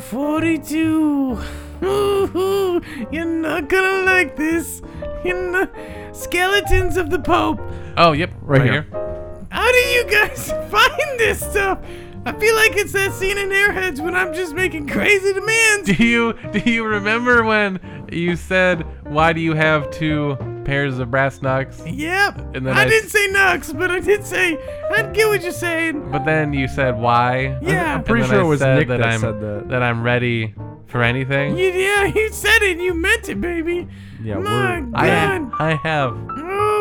42. Ooh, you're not gonna like this. You're not- Skeletons of the Pope. Oh, yep, Right right, here. here. How do you guys find this stuff? I feel like it's that scene in Airheads when I'm just making crazy demands. Do you do you remember when you said why do you have two pairs of brass knucks? Yep. And then I, I- didn't say Nux, but I did say I get what you're saying. But then you said why? Yeah. I'm pretty And then sure I it was said Nick that, I'm, said that. that I'm ready for anything. You, yeah, you said it. You meant it, baby. Yeah, My we're. God. I I have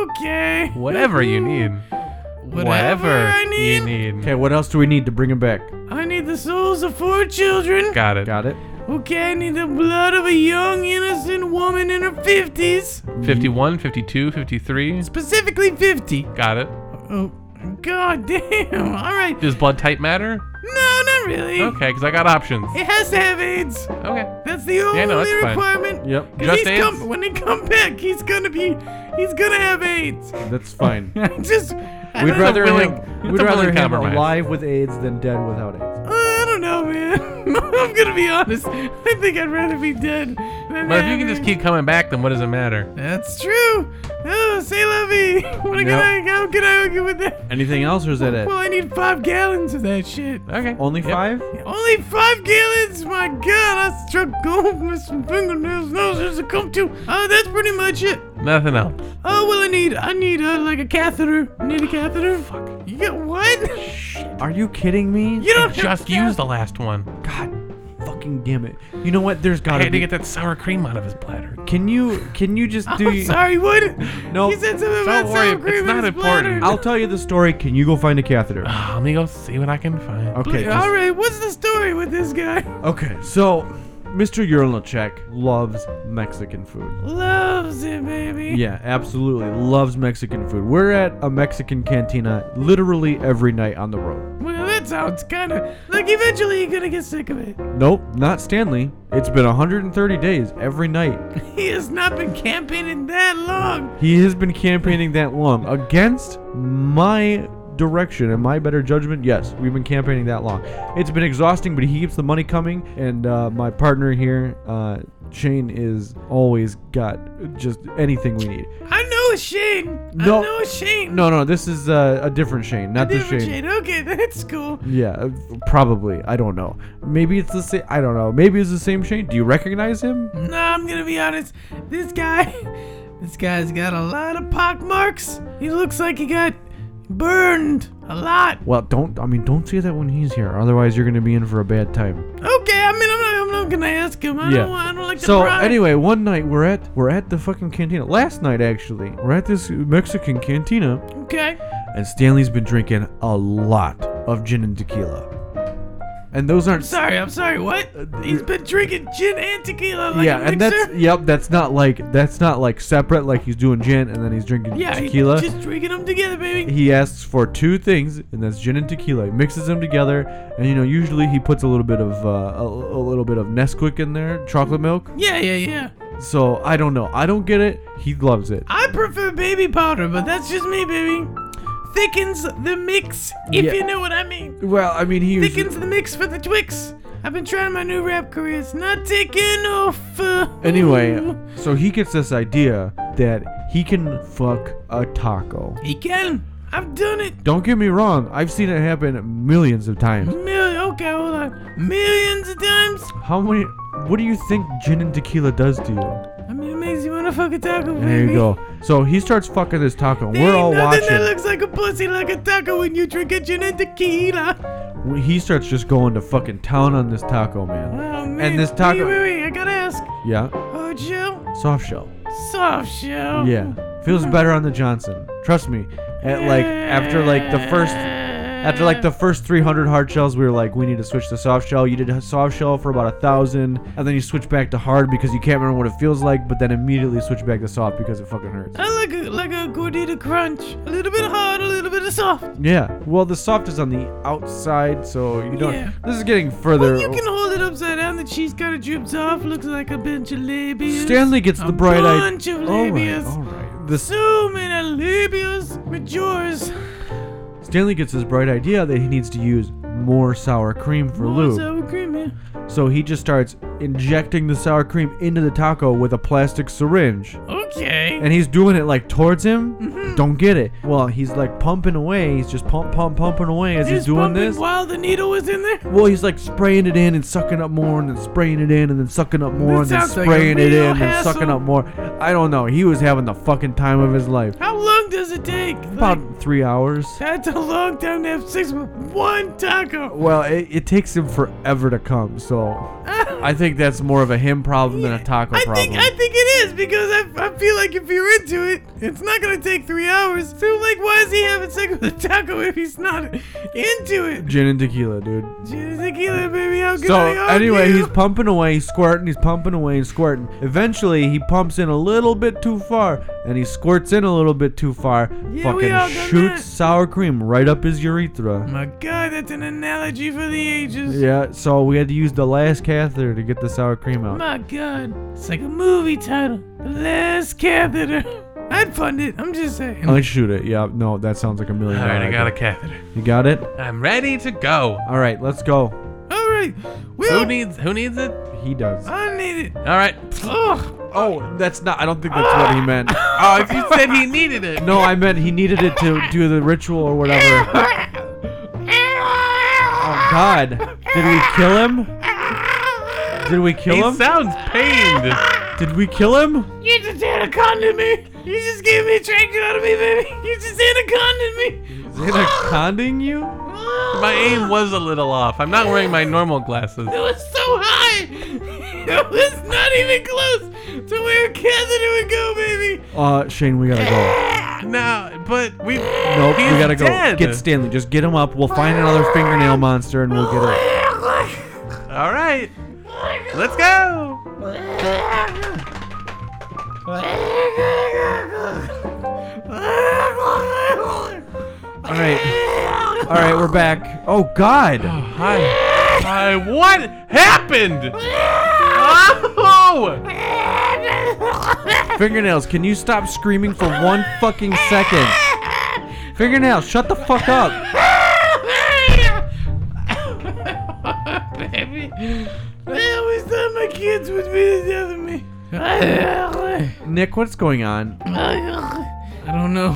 Okay. whatever you need. Whatever I you need. need. Okay, what else do we need to bring him back? I need the souls of four children. Got it. Got it? Okay, I need the blood of a young, innocent woman in her 50s. 51, 52, 53. Specifically 50. Got it. Oh, god damn. All right. Does blood type matter? No, not really. Okay, because I got options. It has to have AIDS. Okay. That's the only Yeah, no, that's fine. requirement. Yep, 'Cause Just he's AIDS? Come, when he come back, he's gonna be, he's gonna have AIDS. that's fine. I just, I We'd don't, rather willing- him, it's we'd a rather willing him compromise. alive with AIDS than dead without AIDS. I don't know, man. I'm gonna be honest. I think I'd rather be dead. Than But if have you can just AIDS. keep coming back, then what does it matter? That's true. Oh, say lovey. What can Yep. I, how can I argue with that? Anything else, or is that it? Well, Oh, I need five gallons of that shit. Okay. Only Yep. five? Only five gallons? My God, I struck gold with some fingernails. No, there's a come to. Oh, that's pretty much it. Nothing else. Oh, well, I need, I need, uh, like a catheter. I need a catheter. Fuck. You got what? Are you kidding me? You don't have Just a cath- use the last one. God, fucking damn it! You know what? There's I gotta had to be. get that sour cream out of his bladder. Can you can you just do? I'm sorry, what? No, He said something about don't worry, sour cream it's in not his important. bladder. I'll tell you the story. Can you go find a catheter? Ah, let me go see what I can find. Okay. just- All right, what's the story with this guy? Okay. So, Mr. Yurlinchek loves Mexican food. Loves it, baby. Yeah, absolutely loves Mexican food. We're at a Mexican cantina literally every night on the road. Well, that sounds kind of like eventually you're gonna get sick of it. Nope, not Stanley. It's been 130 days every night. He has not been campaigning that long. He has been campaigning that long against my direction and my better judgment. Yes, we've been campaigning that long. It's been exhausting, but he keeps the money coming. And uh, my partner here, uh, Shane, is always got just anything we need. I know it's Shane. No. I know it's Shane. No, no, this is uh, a different Shane, not the Different Shane. Shane. Okay, that's cool. Yeah, uh, probably. I don't know. Maybe it's the same. I don't know. Maybe it's the same Shane. Do you recognize him? No, I'm gonna be honest. This guy, this guy's got a lot of pock marks. He looks like he got burned a lot. Well, don't. I mean, don't say that when he's here. Otherwise, you're gonna be in for a bad time. Okay, I mean, I'm not, I'm not gonna ask him. I Yeah. don't, want- I don't like So to pry. anyway, one night we're at we're at the fucking cantina. Last night actually, we're at this Mexican cantina, Okay. and Stanley's been drinking a lot of gin and tequila. And those aren't Uh, Sorry, I'm sorry. What? He's been drinking gin and tequila like yeah, a and mixer. that's yep, that's not like that's not like separate. Like he's doing gin and then he's drinking yeah, he's tequila. just drinking them together, baby. he asks for two things, and that's gin and tequila. He mixes them together, and you know usually he puts a little bit of uh, a, a little bit of Nesquik in there, chocolate milk. Yeah, yeah, yeah. So I don't know. I don't get it. He loves it. I prefer baby powder, but that's just me, baby. Thickens the mix, if Yeah. you know what I mean. Well, I mean he usually- Thickens the mix for the Twix. I've been trying my new rap career. It's not taking off. uh, Anyway, so he gets this idea that he can fuck a taco. He can. I've done it. Don't get me wrong, I've seen it happen millions of times. Million. Okay, hold on. Millions of times. How many? What do you think gin and tequila does to you? I mean, it makes you wanna fuck a taco, baby. There you go. So he starts fucking this taco. There We're ain't all nothing that watching. looks like a pussy like a taco when you drink a gin and tequila. He starts just going to fucking town on this taco, man. Oh, man. this taco- Wait, wait, wait. I gotta ask. Yeah, Hard shell? soft shell. Soft shell? Yeah, feels better on the Johnson. Trust me. At like after like the first. After like Uh. the first 300 hard shells, we were like, we need to switch to soft shell. You did a soft shell for about a thousand, and then you switch back to hard because you can't remember what it feels like, but then immediately switch back to soft because it fucking hurts. I like a like a gordita crunch. A little bit hard, a little bit of soft. Yeah. Well, the soft is on the outside, so you don't. Yeah. This is getting further. oh, You can hold it upside down. The cheese kind of droops off. Looks like a bunch of labias. Stanley gets a the bright idea. bunch of labias. All right. All right. This So many labias. Majors. Stanley gets this bright idea that he needs to use more sour cream for More lube. sour cream here. So he just starts injecting the sour cream into the taco with a plastic syringe. Okay. And he's doing it like towards him. Mm-hmm. Don't get it. Well, he's like pumping away. He's just pump, pump, pumping away as he's, Just doing pumping this. While the needle was in there. Well, he's like spraying it in and sucking up more, and then spraying it in, and then sucking up more, That and then sounds like a spraying it real in, and sucking hassle. up more. I don't know. He was having the fucking time of his life. How long does it take? About Like, three hours. that's a long time to have six with one taco. Well, it, it takes him forever to come, so I think that's more of a him problem than a taco I problem. think I think it is because I, I feel like if you're into it, it's not gonna take three hours. So like, why is he having sex with a taco if he's not into it? Gin and tequila, dude. Gin and tequila, baby. How good So I are anyway, you? he's pumping away, he's squirting, he's pumping away, he's squirting. Eventually, he pumps in a little bit too far, and he squirts in a little bit too far. Yeah, we all fucking done shoots that. sour cream right up his urethra. My God, that's an analogy for the ages. Yeah, so we had to use the last catheter to get the sour cream out. My God, it's like a movie title. The Last Catheter. I'd fund it. I'm just saying. Let's shoot it. Yeah, no, that sounds like a million. All right, dollar I got a idea. catheter. You got it. I'm ready to go. All right, let's go. All right. Who Well, needs who needs it? He does. I need it. All right. Oh, Oh, that's not. I don't think that's what he meant. Uh, Oh, if you said he needed it. No, I meant he needed it to do the ritual or whatever. Oh God! Did we kill him? Did we kill He him? sounds pained. Did we kill him? you just anaconda me. You just gave me traction out of me, baby. You just anaconda me. Oh. Conding you? My aim was a little off. I'm not wearing my normal glasses. It was so high. It was not even close to where a catheter would go, baby. Uh, Shane, we gotta go. No, but we Nope, he's we gotta go. dead. Get Stanley. Just get him up. We'll find another fingernail monster and we'll get it. All right. Let's go. All right. All right, we're back. Oh God! Hi. Hi. What happened? Oh! Fingernails, can you stop screaming for one fucking second? Fingernails, shut the fuck up. baby. I always thought my kids would be the death of me. Nick, what's going on? I don't know.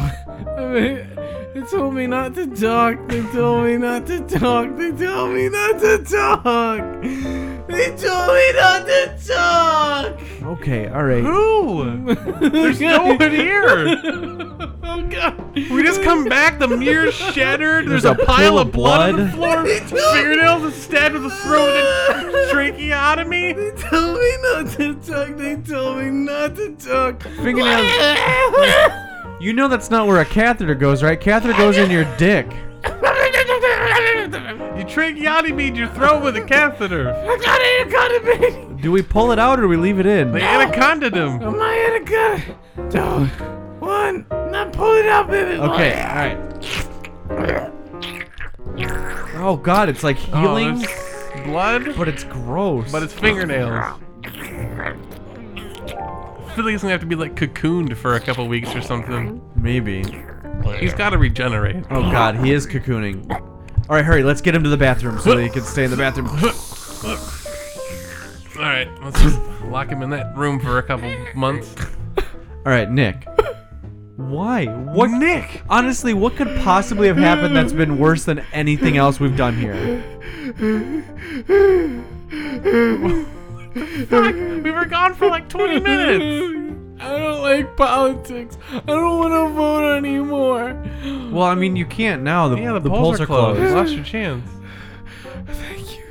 I mean, they told me not to talk. They told me not to talk. They told me not to talk. They told me not to talk. Okay, all right. Who? There's no one here. Oh God. We just come back. The mirror's shattered. There's, a, pile of blood, on the floor. Fingernails is stabbed with a throat and tracheotomy. They told me not to talk. They told me not to talk. Fingernails, you know that's not where a catheter goes, right? Catheter goes in your dick. You tracheotomied your throat with a catheter. I got it, baby. Do we pull it out or do we leave it in? They anacondaed him. My anaconda. Don't. One. Now pull it out, baby. Okay, all right. Oh God, it's like Oh, healing, there's blood, but it's gross. but it's fingernails. Philly's gonna have to be like cocooned for a couple weeks or something. maybe. He's gotta regenerate. Oh God, he is cocooning. All right, hurry. Let's get him to the bathroom so that he can stay in the bathroom. All right, let's just lock him in that room for a couple months. All right, Nick. Why? What? Nick? Honestly, what could possibly have happened that's been worse than anything else we've done here? Fuck, we were gone for like 20 minutes. I don't like politics. I don't want to vote anymore. Well, I mean, you can't now. The, Yeah, the, polls, are closed. Lost your chance. Thank you,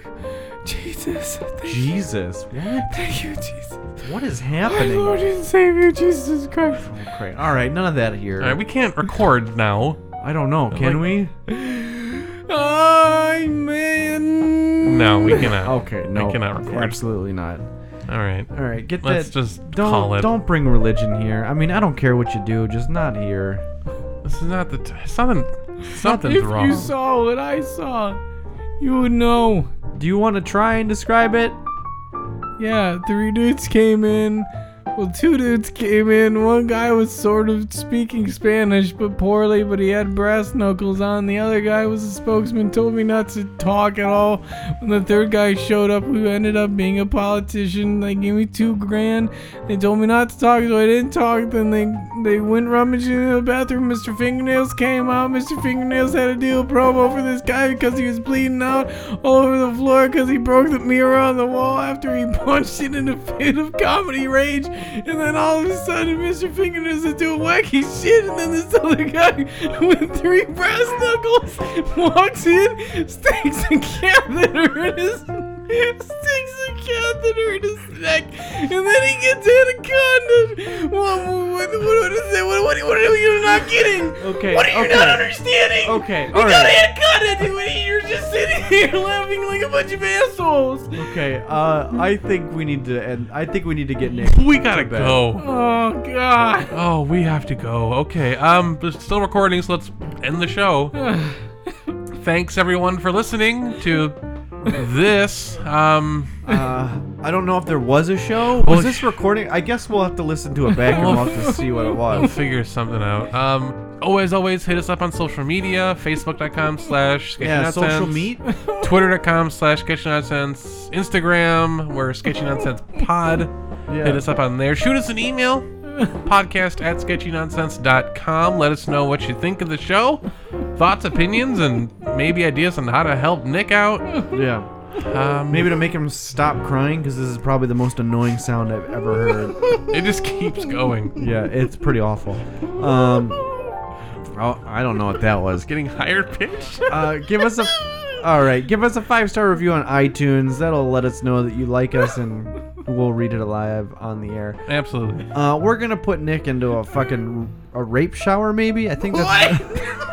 Jesus. Thank, Jesus, what? thank you, Jesus. What is happening? Lord and Savior Jesus Christ. Great. All right, none of that here. All right, we can't record now. I don't know. Can we? I man. No, we cannot. Okay, no. We cannot record. Absolutely not. All right. All right, get Let's that. just don't call it. don't bring religion here. I mean, I don't care what you do, just not here. This is not the t- something. Something's If wrong. you saw what I saw, you would know. Do you want to try and describe it? Yeah, three dudes came in. Well, two dudes came in. One guy was sort of speaking Spanish, but poorly, but he had brass knuckles on. The other guy was a spokesman, told me not to talk at all. When the third guy showed up, who ended up being a politician, they gave me two grand. They told me not to talk, so I didn't talk. Then they, they went rummaging in the bathroom. Mr. Fingernails came out. Mr. Fingernails had to do a promo for this guy because he was bleeding out all over the floor because he broke the mirror on the wall after he punched it in a fit of comedy rage. And then all of a sudden, Mr. Fingernails is doing wacky shit. And then this other guy with three brass knuckles walks in, sticks a catheter in his. Sticks a catheter in his neck, and then he gets anaconda. What, what, what, what is it? What, what, what are you not getting? Okay. What are you not understanding? Okay. We All got right. anaconda, dude, and you're just sitting here laughing like a bunch of assholes. Okay. Uh, I think we need to end. I think we need to get Nick. we gotta bad. go. Oh god. Oh, we have to go. Okay. Um, there's still recording, so let's end the show. Thanks everyone for listening to this. Um, Uh, I don't know if there was a show. Was Well, this recording? I guess we'll have to listen to it back and we'll have to see what it I'll was. figure something out. Um, always, always hit us up on social media: facebook.com slash sketchy Yeah, nonsense, social meet. twitter.com slash sketchy nonsense, Instagram we're sketchy nonsense pod. Hit us up on there. Shoot us an email. Podcast at sketchynonsense.com. Let us know what you think of the show, thoughts, opinions, and maybe ideas on how to help Nick out. Yeah. Um, Maybe to make him stop crying because this is probably the most annoying sound I've ever heard. it just keeps going. yeah, it's pretty awful. Um, oh, I don't know what that was. Getting higher pitched. Uh, give us a. All right, give us a five star review on iTunes. That'll let us know that you like us, and we'll read it live on the air. Absolutely. Uh, we're gonna put Nick into a fucking a rape shower, maybe. I think that's.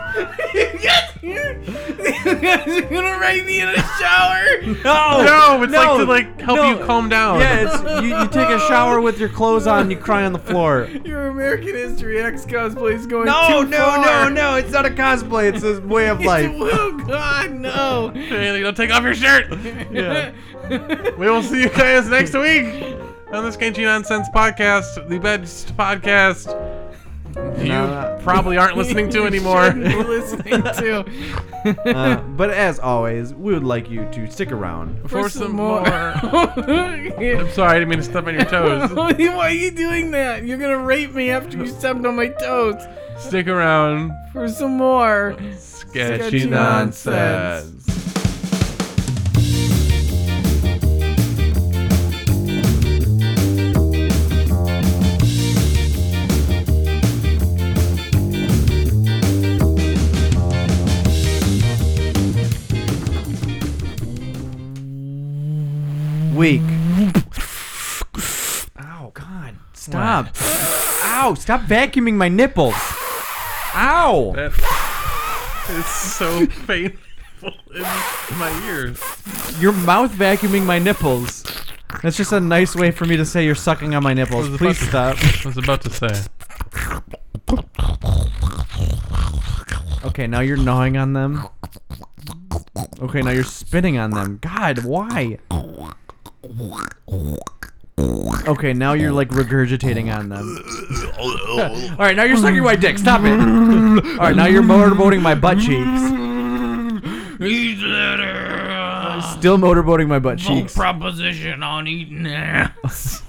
You're gonna write me in a shower? No, No, it's like no, to like help no. you calm down. Yeah, it's you, you take a shower with your clothes on, you cry on the floor. Your American History X cosplay is going No, too no, no, no! It's not a cosplay. It's a way of life. Oh god, no. Bailey, don't take off your shirt. Yeah. we will see you guys next week on the Sketchy Nonsense podcast, the best podcast you Nah. probably aren't listening to You anymore. shouldn't be listening to Uh, but as always, we would like you to stick around. For some more. I'm sorry, I didn't mean to step on your toes. Why are you doing that? You're gonna rape me after you stepped on my toes. Stick around. For some more. Sketchy, Sketchy nonsense. nonsense. Week. Ow, God, stop. Ow, stop vacuuming my nipples. Ow. That is so painful in my ears. You're mouth vacuuming my nipples. That's just a nice way for me to say you're sucking on my nipples. was Please about stop. I was about to say. Okay, now you're gnawing on them. Okay, now you're spitting on them. God, why? Okay, now you're like regurgitating on them. All right, now you're sucking my dick. Stop it. All right, now you're motorboating my butt cheeks. Still motorboating my butt cheeks. proposition on eating ass.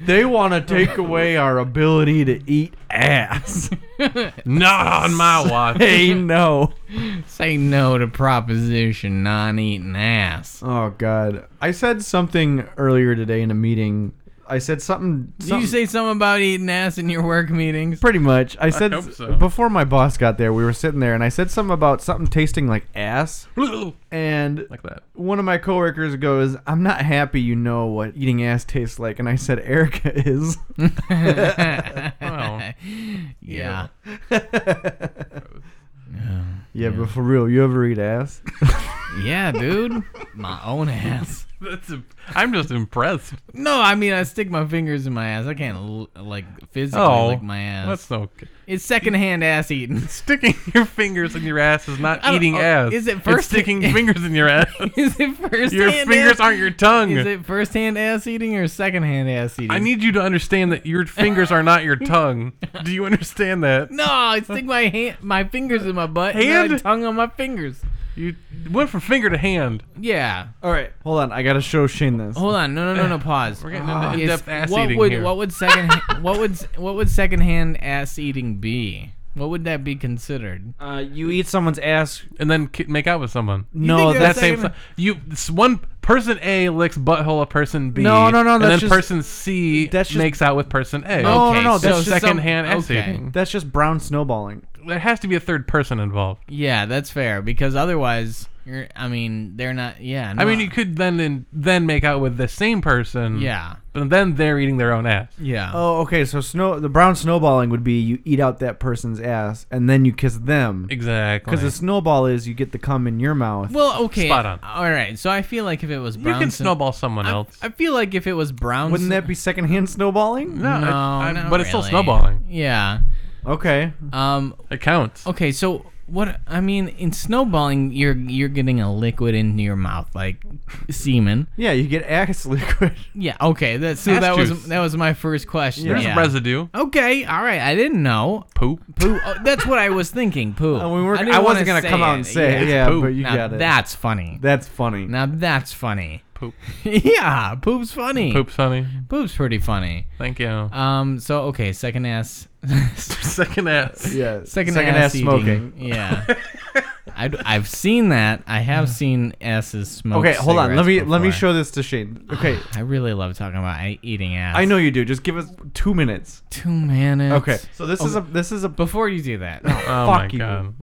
they want to take away our ability to eat ass. Not on my watch. hey, no. Say no to proposition non eating ass. Oh God, I said something earlier today in a meeting. I said something. Did something you say something about eating ass in your work meetings? pretty much. I said hope so. before my boss got there, we were sitting there, and I said something about something tasting like ass, like and that. one of my coworkers goes, "I'm not happy. You know what eating ass tastes like," and I said, "Erica is." yeah. Yeah, but for real, you ever eat ass? Yeah, dude. My own ass. That's a, I'm just impressed. No, I mean I stick my fingers in my ass. I can't l- like physically Oh, lick my ass. That's no good. It's secondhand ass eating. Sticking your fingers in your ass is not I don't- eating oh, ass. is it It's first- sticking fingers in your ass? Is it first your hand fingers ass? aren't your tongue. Is it first hand ass eating or second hand ass eating? I need you to understand that your fingers are not your tongue. Do you understand that? No, I stick my hand, my fingers in my butt, and then I Hand? tongue on my fingers. You went from finger to hand. Yeah. All right, hold on. I gotta show Shane this. Hold on. No, no, no, no. Pause. We're getting into Ah. in-depth It's- ass what eating would, here. What would second? what would what would second hand ass eating be? What would that be considered? Uh, you eat someone's ass? And then ki- make out with someone. No, that's think That that's same second- si- you. s- One person A licks butthole of person B. No, no, no, And that's then just- person C that's just- makes out with person A. No, no, no, that's that's some- secondhand ass okay. eating. that's just brown snowballing. There has to be a third person involved. Yeah, that's fair because otherwise, you're. I mean, they're not. Yeah. I mean, no. you could then and then make out with the same person. Yeah. But then they're eating their own ass. Yeah. Oh, okay. So snow the brown snowballing would be you eat out that person's ass and then you kiss them. Exactly. Because the snowball is you get the cum in your mouth. Well, okay. Spot on. All right. So I feel like if it was you brown, can snowball someone I, else. I feel like if it was brown, Wouldn't that be secondhand snowballing? no, No, it's- I- not but it's still really. snowballing. Yeah. Okay. Um. It counts. Okay, so what I mean in snowballing, you're you're getting a liquid into your mouth like semen. Yeah, you get ass liquid. Yeah. Okay. That so Ass that juice. was that was my first question. There's yeah. residue. Okay. All right. I didn't know. Poop. Poo. Oh, that's what I was thinking. Poo. And we were, I, didn't wanna wasn't gonna say come out it. and say, Yeah. yeah, Poop. but you now got it. that's funny. that's funny. now that's funny. Poop. yeah. Poop's funny. Poops, honey. Poop's pretty funny. Thank you. Um. So okay. Second ass. Second ass. yeah. Second, ass, ass, eating. smoking. Yeah. I, have seen that. I have seen asses smoke. Okay, hold on. Let cigarettes me let me before. show this to Shane. Okay. I really love talking about I- eating ass. I know you do. Just give us two minutes. Two minutes. Okay. So this is a this is a Before you do that, Oh Fuck my you. god.